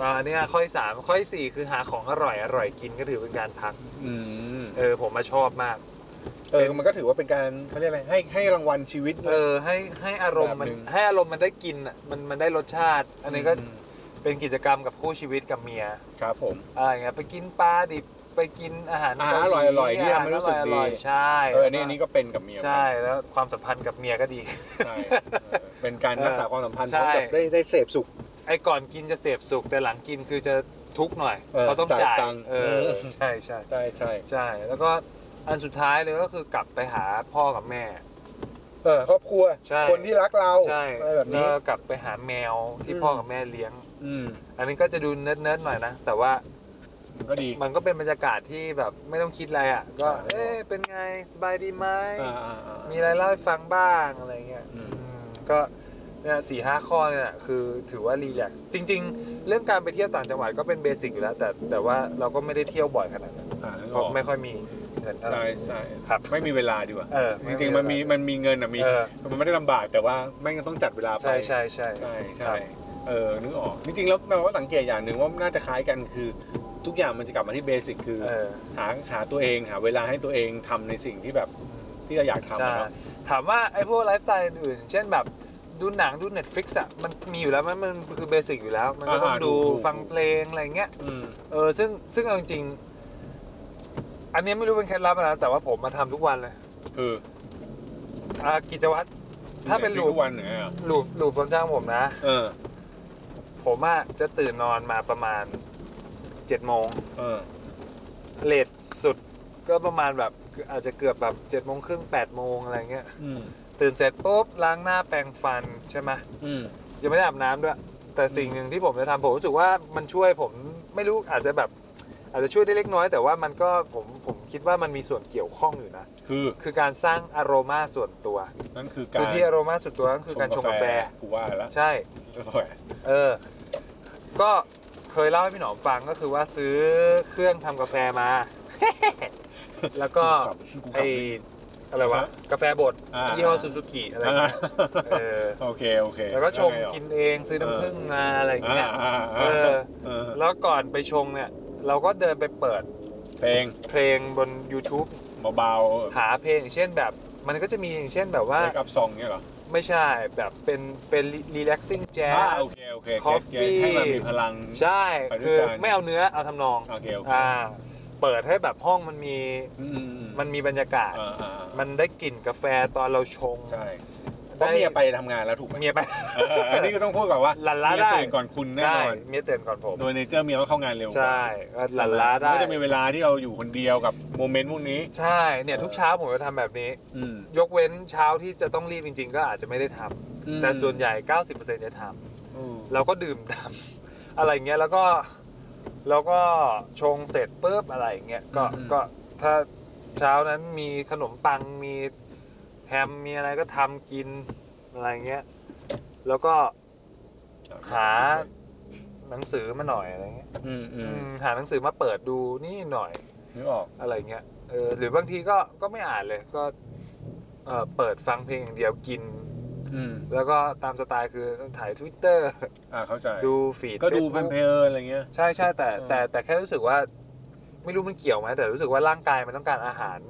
[SPEAKER 2] อ่าอันเนี้ยข้อที่สามข้อที่สี่คือหาของอร่อยอร่อยกินก็ถือเป็นการพัก
[SPEAKER 1] อืม
[SPEAKER 2] เออผมมาชอบมาก
[SPEAKER 1] เออมันก็ถือว่าเป็นการเขาเรียกอะไรให้ให้รางวัลชีวิตด้ว
[SPEAKER 2] เอย อให้ให้อารมณ์มัน
[SPEAKER 1] แบบหนึ่ง
[SPEAKER 2] ให้อารมณ์มันได้กินอ่ะมันมันได้รสชาติ อันนี้ก็
[SPEAKER 1] ม
[SPEAKER 2] เป็นกิจกรรมกับคู่ชีวิตกับเมีย
[SPEAKER 1] ครับผม
[SPEAKER 2] อะไรอย่างเงี้ยไปกินปลาดิบไปกินอาหาร
[SPEAKER 1] อาหารอร่อยๆที่ทำให้รู้สึกดี
[SPEAKER 2] อาหาออยๆใช่
[SPEAKER 1] เอออันนี่อันนี้ก็เป็นกับเมีย
[SPEAKER 2] ใช่แล้วความสัมพันธ์กับเมียก็ดี
[SPEAKER 1] ใช่เออเป็นการรักษาความสัมพันธ์
[SPEAKER 2] ใช่
[SPEAKER 1] พร้อมกับได้ได้เสพสุข
[SPEAKER 2] ไอ้ก่อนกินจะเสพสุขแต่หลังกินคือจะทุกข์หน่อย
[SPEAKER 1] เออ
[SPEAKER 2] เขาะต้อง
[SPEAKER 1] จ่าย
[SPEAKER 2] จ่าย
[SPEAKER 1] ตังค์
[SPEAKER 2] เออ
[SPEAKER 1] เออ
[SPEAKER 2] ใช่ใช่
[SPEAKER 1] ใช่ใช่
[SPEAKER 2] ใช่ แล้วก็อันสุดท้ายเลยก็คือกลับไปหาพ่อกับแม่
[SPEAKER 1] เออครอบครัว
[SPEAKER 2] ใช่
[SPEAKER 1] คนที่รักเรา
[SPEAKER 2] ใช่
[SPEAKER 1] อะไรแบบนี้
[SPEAKER 2] แล้วกลับไปหาแมวที่
[SPEAKER 1] อืม
[SPEAKER 2] พ่อกับแม่เลี้ยง
[SPEAKER 1] อืม
[SPEAKER 2] อันนี้ก็จะดูเนิร์ดๆหน่อยนะ แต่ว่า
[SPEAKER 1] มันก็ดี
[SPEAKER 2] มันก็เป็นบรรยากาศที่แบบไม่ต้องคิดอะไรอ่ะ ก็
[SPEAKER 1] ใช่
[SPEAKER 2] เอ๊ะเป็นไงสบายดีไหม
[SPEAKER 1] อ่าอ่าอ่า
[SPEAKER 2] มีอะไรเล่าให้ฟังบ้างอะไรเงี้ย
[SPEAKER 1] อืม
[SPEAKER 2] อืมก็เนี่ยสี่ห้าข้อเนี่ย คือถือว่ารีแลกซ์จริง ๆ เรื่องการไปเที่ยวต่างจังหวัดก็เป็นเบสิกอยู่แล้ว แต่แต่ว่าเราก็ไม่ได้เที่ยวบ่อยขนาดนั้น
[SPEAKER 1] อ่านึกอ
[SPEAKER 2] เพราะ
[SPEAKER 1] อก
[SPEAKER 2] ไม่ค่อยมีเงินเท่าไหร่
[SPEAKER 1] ใช่ใช่
[SPEAKER 2] ครับ
[SPEAKER 1] ไม่มีเวลาดีกว่า
[SPEAKER 2] เออ
[SPEAKER 1] จริงๆมันมีมันมีเงินอ่ะมี
[SPEAKER 2] เออ
[SPEAKER 1] มันไม่ได้ลำบากแต่ว่าแม่งก็ต้องจัดเวลาไป
[SPEAKER 2] ใช่ใช่ใช่
[SPEAKER 1] ใช่ใช่เออนึกออก จริงๆ แล้วเราก็สังเกตอย่างหนึ่งว่าน่าจะคล้ายกันคือ ทุกอย่างมันจะกลับมาที่เบสิกคือ
[SPEAKER 2] เออ
[SPEAKER 1] หาหาตัวเองหาเวลาให้ตัวเองทำในสิ่งที่แบบที่เราอยากทำ
[SPEAKER 2] ใช่
[SPEAKER 1] อะเนาะ
[SPEAKER 2] ถามว่าไอ้พวกไลฟ์สไตล์อื่นๆเช่นแบบดูหนังดู Netflix อ่ะมันมีอยู่แล้วมันมันคือเบสิกอยู่แล้ว มันก็ต้องดูฟังเพลงอะไรเงี้ย
[SPEAKER 1] อืม
[SPEAKER 2] เออซึ่งซึ่งเอาจริงๆอันเนี้ยไม่รู้เป็นเคล็ดลับอะไรนะแต่ว่าผมมาทำทุกวันเลย
[SPEAKER 1] คือ
[SPEAKER 2] อ่ากิจวัตร ถ้าเป็น
[SPEAKER 1] ลู
[SPEAKER 2] ลู
[SPEAKER 1] ก
[SPEAKER 2] ป
[SPEAKER 1] วันอย่างเงี้ยเหรอ
[SPEAKER 2] ลูปลูปคนจ้างผมนะ
[SPEAKER 1] เออ
[SPEAKER 2] ผมอ่ะจะตื่นนอนมาประมาณเจ็ดโมง
[SPEAKER 1] เออ
[SPEAKER 2] เลทสุดก็ประมาณแบบอาจจะเกือบแบบเจ็ดโมงครึ่งแปดโมงอะไรเงี้ย
[SPEAKER 1] อืม
[SPEAKER 2] ตื่นเสร็จปุ๊บล้างหน้าแปรงฟันใช่ไหม
[SPEAKER 1] อืม
[SPEAKER 2] ยังไม่ได้อาบน้ำด้วย แต่สิ่งหนึ่งที่ผมจะทำผมรู้สึกว่ามันช่วยผมไม่รู้อาจจะแบบ อาจจะช่วยได้เล็กน้อย แต่ว่ามันก็ผมผมคิดว่ามันมีส่วนเกี่ยวข้องอยู่นะ
[SPEAKER 1] คือ
[SPEAKER 2] คือการสร้างอารมาส่วนตัว
[SPEAKER 1] นั่นคือกา
[SPEAKER 2] คื
[SPEAKER 1] ร
[SPEAKER 2] อที่อารมาส่วนตัวก็คือการชงกาแฟ
[SPEAKER 1] กูว่าแล้ว
[SPEAKER 2] ใช่ เออ ก็เคยเล่าให้พี่หนอมฟังก็คือว่าซื้อเครื่องทำกาแฟมา แล้วก็
[SPEAKER 1] กูขับ
[SPEAKER 2] ไออะไรวะกาแฟบด
[SPEAKER 1] อ่า
[SPEAKER 2] ยี่ห้อซูซูกิอะไร
[SPEAKER 1] อ่า
[SPEAKER 2] เงี้ยเออ
[SPEAKER 1] โอเคโอเค
[SPEAKER 2] แล้วก็ชง
[SPEAKER 1] ไต่อ
[SPEAKER 2] กินเองซื้อน้ำผึ้งมาอะไรอย่างเงี้ย
[SPEAKER 1] อ่าา
[SPEAKER 2] เออ
[SPEAKER 1] เออ
[SPEAKER 2] แล้วก่อนไปชงเนี่ย เราก็เดินไปเปิด
[SPEAKER 1] เพลง
[SPEAKER 2] เพลงบน YouTube
[SPEAKER 1] เบาๆ
[SPEAKER 2] หาเพลงอย่างเช่นแบบ มันก็จะมีอย่างเช่นแบบว่า
[SPEAKER 1] เมคอัพซองเนี่ยเหรอ
[SPEAKER 2] ไม่ใช่แบบเป็นเป็น relaxing
[SPEAKER 1] อ่าโอ
[SPEAKER 2] jazz
[SPEAKER 1] เคโอเค
[SPEAKER 2] coffee
[SPEAKER 1] ให้มันมีพลัง
[SPEAKER 2] ใช่
[SPEAKER 1] ไปด้วยกัน
[SPEAKER 2] คือไม่เอาเนื้อเอาทำนอง
[SPEAKER 1] โอเคโอเค
[SPEAKER 2] อ่าเปิดให้แบบห้องมันมี
[SPEAKER 1] อืมอืม
[SPEAKER 2] มันมีบรรยากาศ
[SPEAKER 1] อ่าอ่าอ่า
[SPEAKER 2] มันได้กลิ่นกาแฟตอนเราชง
[SPEAKER 1] ใช่เพ
[SPEAKER 2] ได้
[SPEAKER 1] ราะเมียไปทำงานแล้วถูกไหม
[SPEAKER 2] เมียไป
[SPEAKER 1] เอออันนี้ก็ต้องพูดก่อนว่า
[SPEAKER 2] หลันล้า
[SPEAKER 1] เมีย
[SPEAKER 2] ได้
[SPEAKER 1] ตื่นก่อนคุณแน่น
[SPEAKER 2] ใช่
[SPEAKER 1] อน
[SPEAKER 2] เมียตื่นก่อนผม
[SPEAKER 1] โดยเนเจอร์เมียก็เข้างานเร็ว
[SPEAKER 2] ใช่ก็หลันล้าได้
[SPEAKER 1] ก็จะมีเวลาที่เราอยู่คนเดียวกับโมเมนต์พวกนี้
[SPEAKER 2] ใช่เนี่ย
[SPEAKER 1] เออ
[SPEAKER 2] ทุกเช้าผมจะทำแบบนี้
[SPEAKER 1] อืม
[SPEAKER 2] ยกเว้นเช้าที่จะต้องรีบจริง ๆ ก็อาจจะไม่ได้ทำ
[SPEAKER 1] อืม
[SPEAKER 2] แต่ส่วนใหญ่ 90%จะทำ
[SPEAKER 1] อืม
[SPEAKER 2] เราก็ดื่มดำ อะไรเงี้ยแล้วก็แล้วก็ชงเสร็จปุ๊บอะไรอย่างเงี้ยก็ก็ถ้า เช้านั้นมีขนมปังมีแฮมมีอะไรก็ทำกินอะไรเงี้ย แล้วก็หาหนังสือมาหน่อยอะไรเงี้ย
[SPEAKER 1] อืมอื
[SPEAKER 2] อื
[SPEAKER 1] ม
[SPEAKER 2] มหาหนังสือมาเปิดดูนี่หน่อย
[SPEAKER 1] นึกออก
[SPEAKER 2] อะไรเงี้ย เออ หรือบางทีก็ก็ไม่อ่านเลยก็เออเปิดฟังเพลงอย่างเดียวกิน
[SPEAKER 1] อืม
[SPEAKER 2] แล้วก็ตามสไตล์คือถ่าย Twitter
[SPEAKER 1] อ่าเข้าใจ
[SPEAKER 2] ดูฟีด
[SPEAKER 1] ก็ดู
[SPEAKER 2] Facebook
[SPEAKER 1] เพลินๆอะไรเงี้ย
[SPEAKER 2] ใช่ใช่แต่
[SPEAKER 1] อืม
[SPEAKER 2] แต่แต่แค่รู้สึกว่า ไม่รู้มันเกี่ยวไหมแต่รู้สึกว่าร่างกายมันต้องการอาหาร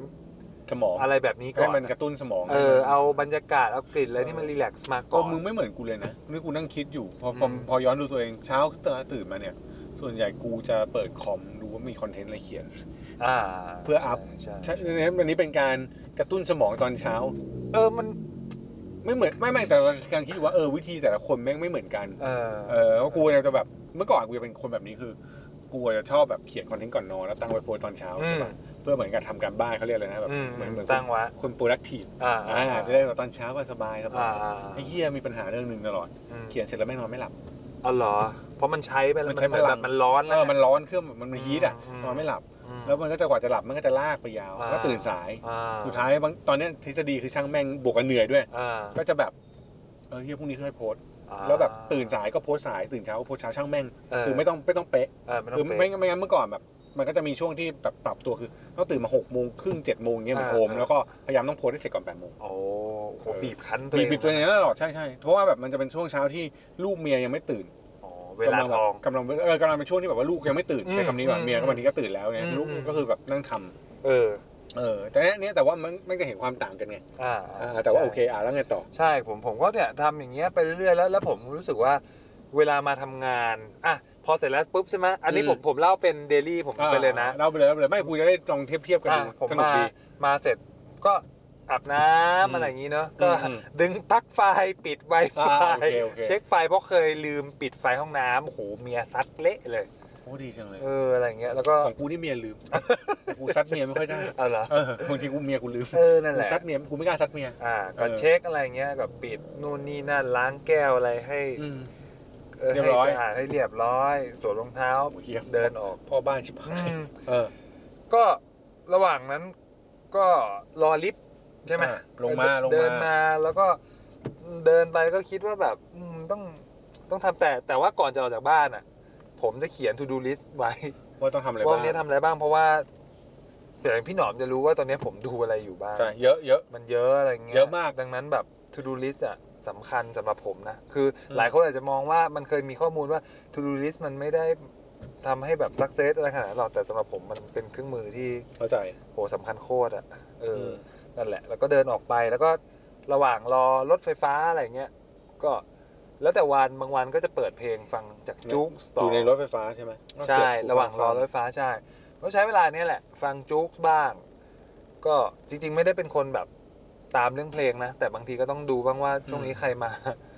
[SPEAKER 1] สมอง
[SPEAKER 2] อะไรแบบนี้ก่
[SPEAKER 1] ให้
[SPEAKER 2] อน
[SPEAKER 1] มันกระตุ้นสมอง
[SPEAKER 2] เออเอาบรรยากาศเอากลิ่นอะไรที่มันรีแลกซ์มา
[SPEAKER 1] ก็
[SPEAKER 2] ก่อน
[SPEAKER 1] มึงไม่เหมือนกูเลยนะนี่กูนั่งคิดอยู่พอพอ
[SPEAKER 2] อืม
[SPEAKER 1] พอย้อนดูตัวเองเช้าตื่นมาเนี่ย ส่วนใหญ่กูจะเปิดคอมดูว่ามีคอนเทนต์อะไรเขียน
[SPEAKER 2] อ่า
[SPEAKER 1] เพื่ออัพ
[SPEAKER 2] ใช่
[SPEAKER 1] ใช่
[SPEAKER 2] ใช่
[SPEAKER 1] อันนี้เป็นการกระตุ้นสมองตอนเช้า
[SPEAKER 2] เออมัน
[SPEAKER 1] ไม่เหมือนไม่ไม่แต่เราการคิดว่าเออวิธีแต่ละคนแม่งไม่เหมือนกัน
[SPEAKER 2] เออ
[SPEAKER 1] เออเพราะกูเนี่ยจะแบบเมื่อก่อนกูจะเป็นคนแบบนี้คือกูจะชอบแบบเขียนคอนเทนต์ก่อนนอนแล้วตั้งไว้โพสต์ตอนเช้า
[SPEAKER 2] อื
[SPEAKER 1] ใช่
[SPEAKER 2] ม
[SPEAKER 1] ปะเพื่อเหมือนการทำการบ้านเขาเรียกอะไรนะแบบ
[SPEAKER 2] อืม
[SPEAKER 1] เหมือนเหมือน
[SPEAKER 2] ตั้งไว้
[SPEAKER 1] คนโปรดักทีฟ
[SPEAKER 2] อ่า
[SPEAKER 1] อ่าจะได้แบบตอนเช้าก็สบายสบา
[SPEAKER 2] อ่าย
[SPEAKER 1] ไอ้เหี้ยมีปัญหาเรื่องหนึ่งตลอด
[SPEAKER 2] อืม
[SPEAKER 1] เขียนเสร็จแล้วแม่งนอนไม่หลับ
[SPEAKER 2] อ๋อเหรอ เพราะมันใช้ไปแล้ว
[SPEAKER 1] มันใช้
[SPEAKER 2] เหอ
[SPEAKER 1] พลั
[SPEAKER 2] แบ
[SPEAKER 1] ง
[SPEAKER 2] บมันร้อน
[SPEAKER 1] เอ
[SPEAKER 2] แล้ว
[SPEAKER 1] อมันร้อนเครื่องมันมันฮีทอ่ะ
[SPEAKER 2] อืม
[SPEAKER 1] นอนไม่หลับ
[SPEAKER 2] อืม
[SPEAKER 1] แล้วมันก็จะกว่าจะหลับมันก็จะลากไปยาว
[SPEAKER 2] อ่า
[SPEAKER 1] ก็ตื่นสาย
[SPEAKER 2] อ่
[SPEAKER 1] สุดท้ายบางตอนเนี้ยทฤษฎีคือช่างแม่งบวกกับเหนื่อยด้วย
[SPEAKER 2] อ่า
[SPEAKER 1] ก็จะแบบเออเฮียพรุ่งนี้ค่อยโพสต์
[SPEAKER 2] อ่า
[SPEAKER 1] แล้วแบบตื่นสายก็โพสต์สายตื่นเช้าก็โพสต์เช้าช่างแม่ง
[SPEAKER 2] เ
[SPEAKER 1] คือไม่ต้องไม่ต้องเป๊ะ
[SPEAKER 2] เออไม่ต้อ
[SPEAKER 1] คือง ไม่
[SPEAKER 2] เป๊ะ
[SPEAKER 1] ไม่งั้นเมื่อก่อนแบบ มันก็จะมีช่วงที่แบบปรับตัวคือต้องตื่นมาหกโมงครึ่งเจ็ดโมงเงี้ยเหมือน
[SPEAKER 2] อ่า
[SPEAKER 1] โอม
[SPEAKER 2] อ่า
[SPEAKER 1] แล้วก็พยายามต้องโพสต์ให้เสร็จก่อนแปดโมง
[SPEAKER 2] โอ้โห
[SPEAKER 1] เออ
[SPEAKER 2] บีบคั้นตัว
[SPEAKER 1] บี
[SPEAKER 2] เอบ ง
[SPEAKER 1] บีบตัวเองตลอดใช่ใช่เพราะว่าแบบมันจะเป็นช่วงเช้าที่ลูกเมียยังไม่ตื่น
[SPEAKER 2] อ๋อเวลาทอง
[SPEAKER 1] กำลังแบบกำลังเออกำลังเป็นช่วงที่แบบว่าลูกยังไม่ตื่น
[SPEAKER 2] อืม
[SPEAKER 1] ใช้คำนี้แบบ
[SPEAKER 2] อืม
[SPEAKER 1] เมียก็บางทีก็ตื่นแล้วไง
[SPEAKER 2] อืม
[SPEAKER 1] ลูก
[SPEAKER 2] อืม
[SPEAKER 1] ก็คือแบบนั่งทำ
[SPEAKER 2] เออ
[SPEAKER 1] เออแต่เนี้ยแต่ว่ามันมันจะเห็นความต่างกันไง
[SPEAKER 2] อ่า
[SPEAKER 1] อ่าแต่ว่า
[SPEAKER 2] ใช่
[SPEAKER 1] โอเคอ่ะแล้วไงต่อ
[SPEAKER 2] ใช่ผมผมก็เนี่ยทำอย่างเงี้ยไปเรื่อยๆแล้วแล้วผมรู้สึกว่าเวลามาทำงานอ่ะพอเสร็จแล้วปุ๊บใช่ไหมอันนี้
[SPEAKER 1] อืม
[SPEAKER 2] ผมผมเล่าเป็นเดลี่ผมไปเลยนะ
[SPEAKER 1] อ่าเราไปเลยเราไปเลยไม่กูจะได้ลองเทียบเทียบกัน
[SPEAKER 2] อ่ะ
[SPEAKER 1] ดู
[SPEAKER 2] ผม
[SPEAKER 1] สนุก
[SPEAKER 2] มา
[SPEAKER 1] ดี
[SPEAKER 2] มาเสร็จก็อาบน้
[SPEAKER 1] อื
[SPEAKER 2] ำ
[SPEAKER 1] ม
[SPEAKER 2] อะไรอย่างนี้เนอะก็
[SPEAKER 1] อืม
[SPEAKER 2] ดึงปลั๊กไฟปิดไวไฟ
[SPEAKER 1] อ่าโอเคโอเค
[SPEAKER 2] เช็คไฟเพราะเคยลืมปิดไฟห้องน้ำโอ้โหเมียซัดเละเลย
[SPEAKER 1] โอ้ดีจังเลย
[SPEAKER 2] เออ อะไรอย่างเงี้ยแล้วก็
[SPEAKER 1] ของกูนี่เมียลืมกูซัดเมียไม่ค่อยได้
[SPEAKER 2] เอาเหรอ
[SPEAKER 1] เออบางทีกูเมียกูลืม
[SPEAKER 2] เออ นั่น
[SPEAKER 1] กู
[SPEAKER 2] แหละ
[SPEAKER 1] ซัดเมียกูไม่กล้าซัดเมีย
[SPEAKER 2] อ่าก็
[SPEAKER 1] เออ
[SPEAKER 2] เช็คอะไรอย่างเงี้ยกับปิดนู่นนี่นั่นล้างแก้วอะไรให้
[SPEAKER 1] อืม
[SPEAKER 2] เออ
[SPEAKER 1] เรียบร้อ
[SPEAKER 2] ให้
[SPEAKER 1] ย
[SPEAKER 2] สะอาดให้เรียบร้อยสวมรองเท้า
[SPEAKER 1] โอ้เหี้ย
[SPEAKER 2] เดินออก
[SPEAKER 1] พ่อบ้านชิบ
[SPEAKER 2] อื
[SPEAKER 1] หาย
[SPEAKER 2] ม
[SPEAKER 1] เออ
[SPEAKER 2] ก็ระหว่างนั้นก็รอลิฟต์ใช่ไหม
[SPEAKER 1] อ่าลงมาลงมา
[SPEAKER 2] เดินมาแล้วก็เดินไปก็คิดว่าแบบอืมต้องต้องทำแต่แต่ว่าก่อนจะออกจากบ้านอ่ะ ผมจะเขียน to do list ไว้
[SPEAKER 1] ว่าต้องทำอะไร
[SPEAKER 2] ว่าวั
[SPEAKER 1] บ้าน ง
[SPEAKER 2] นี้ทำอะไรบ้างเพราะว่าเดี๋ยวพี่หนอมจะรู้ว่าตอนนี้ผมดูอะไรอยู่บ้าง
[SPEAKER 1] ใช่เยอะเยอะ
[SPEAKER 2] มันเยอะอะไรเงี้ย
[SPEAKER 1] เยอะมาก
[SPEAKER 2] ดังนั้นแบบ to do list อ่ะสำคัญสำหรับผมนะ คืออ
[SPEAKER 1] ม
[SPEAKER 2] หลายคนอาจจะมองว่ามันเคยมีข้อมูลว่า to do list มันไม่ได้ทำให้แบบ success อะไรขนาดนั้นหรอกแต่สำหรับผมมันเป็นเครื่องมือที่
[SPEAKER 1] เข้าใจ
[SPEAKER 2] โหสำคัญโคตรอ่ะเอ
[SPEAKER 1] เอ
[SPEAKER 2] อ
[SPEAKER 1] อ
[SPEAKER 2] นั่นแหละ แล้วก็เดินออกไป แล้วก็ระหว่างรอรถไฟฟ้าอะไรเงี้ย ก็แล้วแต่วัน บางวันก็จะเปิดเพลงฟังจาก
[SPEAKER 1] เนี่ย
[SPEAKER 2] จุ๊กสต
[SPEAKER 1] อ
[SPEAKER 2] อยู่
[SPEAKER 1] ในรถไฟฟ้าใช่ไหม
[SPEAKER 2] ใช่ ระหว่างรอรถไฟฟ้าใช่ ก็ใช้เวลาเนี้ยแหละ ฟังจุ๊กบ้าง ก็จริง ๆ ไม่ได้เป็นคนแบบตามเรื่องเพลงนะ แต่บางทีก็ต้องดูบ้างว่าช่วงนี้ใครมา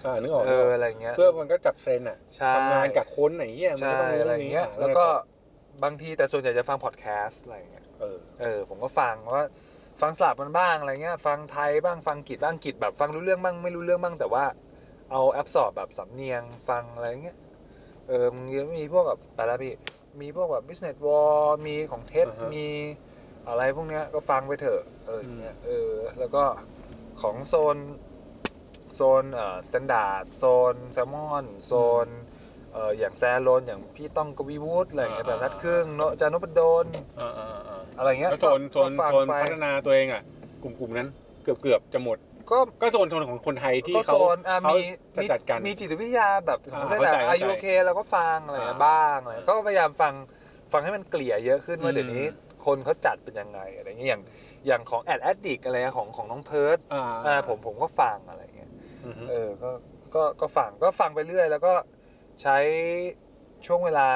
[SPEAKER 1] อ่านึกออก
[SPEAKER 2] เออ อะไรเงี้ย
[SPEAKER 1] เพื่อมันก็จับเทรนด์อ่ะ
[SPEAKER 2] ใช่
[SPEAKER 1] ทำงานกับคนไหนเงี้ยมัน
[SPEAKER 2] ใช่
[SPEAKER 1] ก็ต้อง
[SPEAKER 2] อะไร
[SPEAKER 1] นี้
[SPEAKER 2] เงี้ย แล้วก็บางทีแต่ส่วนใหญ่จะฟังพอดแคสต์อะไรเงี้ย
[SPEAKER 1] เออ
[SPEAKER 2] เออผมก็ฟังว่าฟังสลับมันบ้างอะไรเงี้ย ฟังไทยบ้างฟังอังกฤษบ้างอังกฤษแบบฟังรู้เรื่องบ้างไม่รู้เรื่องบ้างแต่ว่าเอาแอปสอบแบบสำเนียงฟังอะไรเงี้ยเออมันก็มีพวกแบบอะไรพี่มีพวกแบบ business wall มีของเทส
[SPEAKER 1] อ่าฮะ
[SPEAKER 2] มีอะไรพวกเนี้ยก็ฟังไปเถอะเอออย่างเงี้ยเออแล้วก็ของโซนโซนเอ่อสแตนดาร์ดโซนแซลมอนโซนเอ่ออย่างแซลโลนอย่างพี่ต้องกวีวูดอะไรเงี้ย
[SPEAKER 1] อ่า
[SPEAKER 2] แบบนัดครึ่งเนอะจานพดล
[SPEAKER 1] อ่าอ่าอ่า
[SPEAKER 2] อะไรเงี้ย
[SPEAKER 1] แล้วโซนโซน
[SPEAKER 2] ก็ฟัง
[SPEAKER 1] โซน
[SPEAKER 2] ไป
[SPEAKER 1] พัฒนาตัวเองอ่ะกลุ่มกลุ่มนั้นเกือบเกือบจะหมด
[SPEAKER 2] ก็
[SPEAKER 1] ก็โซนโซนของคนไทยที่
[SPEAKER 2] ก็
[SPEAKER 1] เขา
[SPEAKER 2] โซนอ่ะ
[SPEAKER 1] เขา
[SPEAKER 2] มี
[SPEAKER 1] จะ
[SPEAKER 2] มี
[SPEAKER 1] จัดการ
[SPEAKER 2] มีจิตวิทยาแบบของ
[SPEAKER 1] อ่า
[SPEAKER 2] เส้น
[SPEAKER 1] เข้าใจ
[SPEAKER 2] แต่อา
[SPEAKER 1] เข้าใจ
[SPEAKER 2] ยุโอเคเราก็ฟังอะไร
[SPEAKER 1] อ่า
[SPEAKER 2] บ้างอะไร
[SPEAKER 1] อ่า
[SPEAKER 2] ก็พยายามฟังฟังให้มันเกลี่ยเยอะขึ้น
[SPEAKER 1] อื
[SPEAKER 2] ว่า
[SPEAKER 1] ม
[SPEAKER 2] เดี๋ยวนี้คนเขาจัดเป็นยังไงอะไรเงี้ยอย่างอย่างของแอดแอดดิกอะไรของของน้องเพิร์ด
[SPEAKER 1] อ่า
[SPEAKER 2] อ่าผมผมก็ฟังอะไรเงี้ย
[SPEAKER 1] อือฮึ
[SPEAKER 2] เออก็ก็ก็ฟังก็ฟังไปเรื่อย แล้วก็ใช้ช่วงเวลา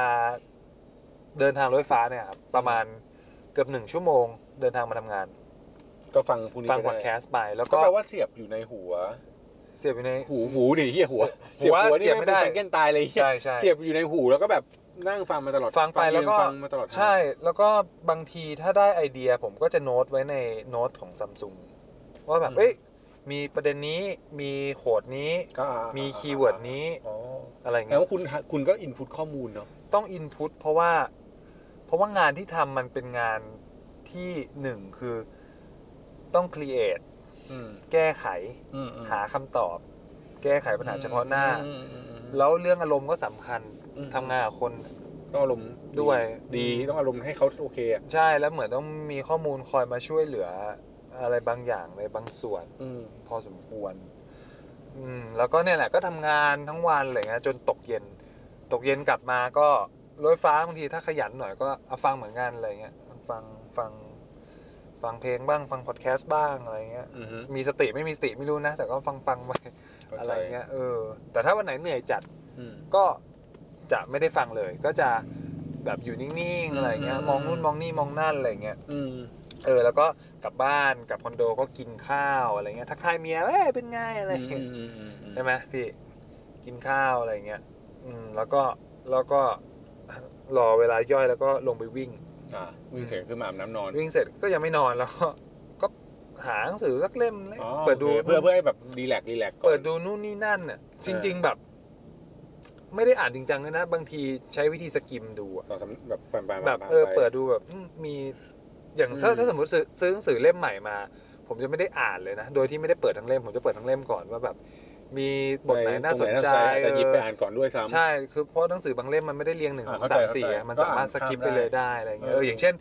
[SPEAKER 2] เดินทางรถไฟฟ้าเนี่ยครับประมาณเกือบหนึ่งชั่วโมงเดินทางมาทำงาน
[SPEAKER 1] ก็ฟังพวกนี้
[SPEAKER 2] ฟัง
[SPEAKER 1] ไป
[SPEAKER 2] พอดแคสต์ไปแล้ว
[SPEAKER 1] ก็
[SPEAKER 2] ก็
[SPEAKER 1] แปลว่าเสียบอยู่ในหัว
[SPEAKER 2] เสียบอยู่ใน
[SPEAKER 1] หูหูดิเหียหัว
[SPEAKER 2] เสียบหัว
[SPEAKER 1] นี่
[SPEAKER 2] เสียบไม่ได้
[SPEAKER 1] แม่งเป็นแกนตายเลยเหีย
[SPEAKER 2] ใช่ใช่
[SPEAKER 1] เสียบอยู่ในหูแล้วก็แบบนั่งฟังมาตลอด
[SPEAKER 2] ฟังไป
[SPEAKER 1] ยืน
[SPEAKER 2] แล้วก็
[SPEAKER 1] ฟังมาตลอดทาง
[SPEAKER 2] ใช่แล้วก็บางทีถ้าได้ไอเดียผมก็จะโน้ตไว้ในโน้ตของซัมซุงว่าแบบ
[SPEAKER 1] อืม
[SPEAKER 2] เอ้ยมีประเด็นนี้มีโขดนี้
[SPEAKER 1] ก็อ่า
[SPEAKER 2] มีคีย์เวิร์ดนี้
[SPEAKER 1] อ๋อ
[SPEAKER 2] อะไร
[SPEAKER 1] แต่
[SPEAKER 2] เงี้ย
[SPEAKER 1] ว่าคุณคุณก็อินพุตข้อมูลเนาะ
[SPEAKER 2] ต้องอินพุตเพราะว่า เพราะว่างานที่ทำมันเป็นงาน ที่หนึ่งคือต้องครีเอท
[SPEAKER 1] อืม
[SPEAKER 2] แก้ไข
[SPEAKER 1] อืมอืม
[SPEAKER 2] หาคำตอบ แก้ไขปัญหาเฉพาะหน้า
[SPEAKER 1] อืมอืมอืม
[SPEAKER 2] แล้วเรื่องอารมณ์ก็สำคัญ
[SPEAKER 1] อืม
[SPEAKER 2] ทำงานกับคน
[SPEAKER 1] ต้องอารมณ์
[SPEAKER 2] ด้วย
[SPEAKER 1] ดีต้องอารมณ์ให้เขาโอเคอ่ะ
[SPEAKER 2] ใช่แล้วเหมือนต้องมีข้อมูลคอยมาช่วยเหลืออะไรบางอย่างในบางส่วน
[SPEAKER 1] อืม
[SPEAKER 2] พอสมควร อืม แล้วก็เนี่ยแหละก็ทำงานทั้งวันอะไรเงี้ยจนตกเย็น ตกเย็นกลับมาก็รถไฟฟ้าบางทีถ้าขยันหน่อยก็เอาฟังเหมือนกันอะไรเงี้ย ฟังฟัง ฟังเพลงบ้าง ฟังพอดแคสต์บ้างอะไรเงี้ย
[SPEAKER 1] อืม
[SPEAKER 2] มีสติไม่มีสติไม่รู้นะ แต่ก็ฟังฟังไป
[SPEAKER 1] ข้าใจ
[SPEAKER 2] อะไรเงี้ย เออ แต่ถ้าวันไหนเหนื่อยจัด
[SPEAKER 1] อืม
[SPEAKER 2] ก็จะไม่ได้ฟังเลย ก็จะแบบอยู่นิ่งๆอะไรเงี้ย
[SPEAKER 1] อืม
[SPEAKER 2] มองนู่นมองนี่มองนั่นอะไรเงี้ย
[SPEAKER 1] อืม
[SPEAKER 2] เออแล้วก็กลับบ้านกลับคอนโดก็กินข้าวอะไรเงี้ยทักทายเมียเอ้ยเป็นไงอะไร
[SPEAKER 1] อืม
[SPEAKER 2] เงี้
[SPEAKER 1] อืม
[SPEAKER 2] ย
[SPEAKER 1] อืมอืมอืม
[SPEAKER 2] ใช่ไหมพี่กินข้าวอะไรเงี้ยอืมแล้วก็แล้วก็รอเวลาย่อยแล้วก็ลงไปวิ่ง
[SPEAKER 1] อ่าวิ่งเสร็จขึ้นมาอาบน้ำนอน
[SPEAKER 2] วิ่งเสร็จก็ยังไม่นอนแล้ว ก็ก็หาหนังสือสักเล่มเลย
[SPEAKER 1] อ๋อ
[SPEAKER 2] เปิดดู
[SPEAKER 1] โอคเพื่อเพื่อให้แบบรีแลกซ์รีแลกซ์ก่อน
[SPEAKER 2] เปิดดูนู่นนี่นั่นน่ะจริง ๆแบบ ไม่ได้อ่านจริงจังเลยนะ บางทีใช้วิธีสกิมดูอะ
[SPEAKER 1] สองสามแบบปั่นๆมาๆ
[SPEAKER 2] แบบเออ
[SPEAKER 1] ไป
[SPEAKER 2] เปิดดูแบบอืมมีอย่างถ้า
[SPEAKER 1] อืม
[SPEAKER 2] ถ้าสมมติซื้อซื้อหนังสือเล่มใหม่มา ผมจะไม่ได้อ่านเลยนะ โดยที่ไม่ได้เปิดทั้งเล่ม ผมจะเปิดทั้งเล่มก่อนว่าแบบ มีบทไหนน่าสนใจ
[SPEAKER 1] ตรงไหอาจจะหยิบไป
[SPEAKER 2] เออ
[SPEAKER 1] อ่านก่อนด้วยซ้ำ
[SPEAKER 2] ใช่ คือเพราะหนังสือบางเล่มมันไม่ได้เรียงหนึ่งส
[SPEAKER 1] อ่า
[SPEAKER 2] อง
[SPEAKER 1] เข้าใจ
[SPEAKER 2] สามสี่
[SPEAKER 1] เข้าใจ
[SPEAKER 2] อะมันสามารถ
[SPEAKER 1] ก็
[SPEAKER 2] ส
[SPEAKER 1] อ่าน
[SPEAKER 2] กิปไปเลยได้อะไรเงี้ย
[SPEAKER 1] เอ
[SPEAKER 2] เอ
[SPEAKER 1] อ
[SPEAKER 2] อ อย่างเช่น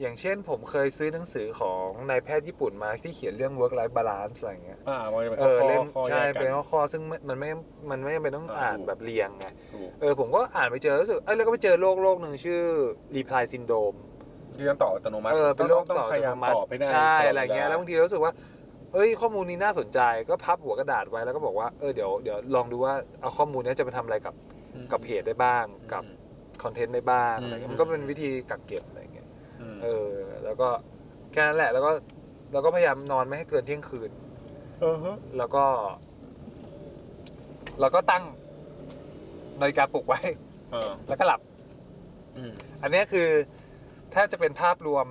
[SPEAKER 2] อย่างเช่นผมเคยซื้อหนังสือของนายแพทย์ญี่ปุ่นมาที่เขียนเรื่อง work life balance อะไรเงี้ย
[SPEAKER 1] อ่ามันจะเป็น
[SPEAKER 2] เอ
[SPEAKER 1] ข้อ
[SPEAKER 2] อ เล่ม
[SPEAKER 1] ข้อแย
[SPEAKER 2] ใช่
[SPEAKER 1] กกั
[SPEAKER 2] เป็น
[SPEAKER 1] น
[SPEAKER 2] ข้อข้อซึ่งมันมันไม่ มันไม่จำเป็นต้อง
[SPEAKER 1] อ่า
[SPEAKER 2] อ่าน
[SPEAKER 1] ถูก
[SPEAKER 2] แบบเรียงไง
[SPEAKER 1] ถูก
[SPEAKER 2] เออ ผมก็อ่านไปเจอรู้สึก เอ้ย แล้วก็ไปเจอโรคโรคหนึ่งชื่อ reply syndrome
[SPEAKER 1] ที่ต้องต่ออัตโนมัติ
[SPEAKER 2] เออ เป็น
[SPEAKER 1] ต้
[SPEAKER 2] โร
[SPEAKER 1] อง
[SPEAKER 2] ค
[SPEAKER 1] ต้อง
[SPEAKER 2] ต่อ
[SPEAKER 1] พยายามตอบให้ได้
[SPEAKER 2] ใช่
[SPEAKER 1] ตลดวลา
[SPEAKER 2] อะไรเงี้ย แล้วบางทีรู้สึกว่า เอ้ย ข้อมูลนี้น่าสนใจ ก็พับหัวกระดาษไว้แล้วก็บอกว่า เออ เดี๋ยว เดี๋ยวลองดูว่า เอาข้อมูลเนี้ยจะไปทำอะไรกับ
[SPEAKER 1] อืม
[SPEAKER 2] กับเพจได้บ้างกับ
[SPEAKER 1] อืม
[SPEAKER 2] คอนเทนต์ได้บ้างอะไรเงี้
[SPEAKER 1] อืม
[SPEAKER 2] ยมันก็เป็นวิธีกักเก็บอะไรเงี้ย
[SPEAKER 1] ม
[SPEAKER 2] เออ แล้วก็แค่นั้นแหละแล้วก็แล้วก็พยายามนอนไม่ให้เกินเที่ยงคืน
[SPEAKER 1] เออฮะ
[SPEAKER 2] แล้วก็แล้วก็ตั้งนาฬิกาปลุกไว้
[SPEAKER 1] เออ
[SPEAKER 2] แล้วก็หลับ
[SPEAKER 1] อืม
[SPEAKER 2] อันเนี้ยคือแทบจะเป็นภาพรวม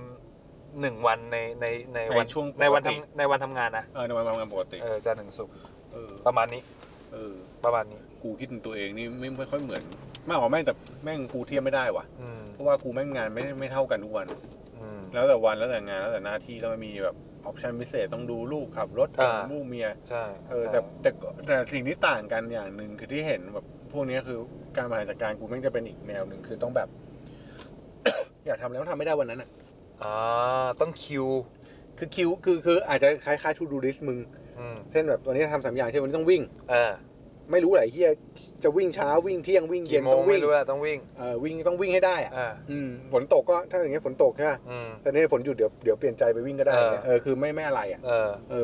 [SPEAKER 2] หนึ่งวันในในในวัน
[SPEAKER 1] ในช่วง
[SPEAKER 2] ในวัน
[SPEAKER 1] ปกติ
[SPEAKER 2] ทำในวันทำงานนะ
[SPEAKER 1] เออในวันทำงานปกติ
[SPEAKER 2] เออจันทร์ถึงศุกร์
[SPEAKER 1] เออ
[SPEAKER 2] ประมาณนี้
[SPEAKER 1] เออ
[SPEAKER 2] ประมาณนี้
[SPEAKER 1] กูคิดถึงตัวเองนี่ไม่ไม่ค่อยเหมือนไม่หรอกแม่งแต่แม่งกูเทียบไม่ได้ว่ะ
[SPEAKER 2] อืม
[SPEAKER 1] เพราะว่ากูแม่งงานไม่ได้ไม่เท่ากันทุกวัน
[SPEAKER 2] อืม
[SPEAKER 1] แล้วแต่วันแล้วแต่งานแล้วแต่หน้าที่แล้วมันมีแบบออปชั่นพิเศษต้องดูลูกขับรถ
[SPEAKER 2] อ่า
[SPEAKER 1] ลูกเมีย
[SPEAKER 2] ใช่
[SPEAKER 1] เออแต่แต่ก็แต่สิ่งที่ต่างกันอย่างหนึ่งคือที่เห็นแบบพวกเนี้ยคือการบริหารจัดการกูแม่งจะเป็นอีกแนวหนึ่งคือต้องแบบ อยากทำแล้วทำไม่ได้วันนั้นอ่ะ
[SPEAKER 2] อ่าต้องคิว
[SPEAKER 1] คือคิวคือคืออาจจะคล้ายๆทูดูลิสมึง
[SPEAKER 2] อืม
[SPEAKER 1] เช่นแบบวันนี้ทำสามอย่างเช่นวันนี้ต้องวิ่ง
[SPEAKER 2] เออ
[SPEAKER 1] ไม่รู้ไหนเฮียจะวิ่งเช้าวิ่งเที่ยงวิ่งเย็
[SPEAKER 2] กี่
[SPEAKER 1] น
[SPEAKER 2] โม
[SPEAKER 1] ต้อง งวิ่
[SPEAKER 2] ไม่
[SPEAKER 1] ง
[SPEAKER 2] รู้ละต้องวิ่ง
[SPEAKER 1] เออวิ่งต้องวิ่งให้ได้อ่ะ
[SPEAKER 2] อ่า
[SPEAKER 1] อืมฝนตกก็ถ้าอย่างเงี้ยฝนตกใช่ไหม
[SPEAKER 2] อืม
[SPEAKER 1] แต่เนี่ยฝนหยุดเดี๋ยวเดี๋ยวเปลี่ยนใจไปวิ่งก็ได้เนี่ย
[SPEAKER 2] เออ
[SPEAKER 1] เออคือไม่ไม่อะไรอ่ะ
[SPEAKER 2] เออ
[SPEAKER 1] เออ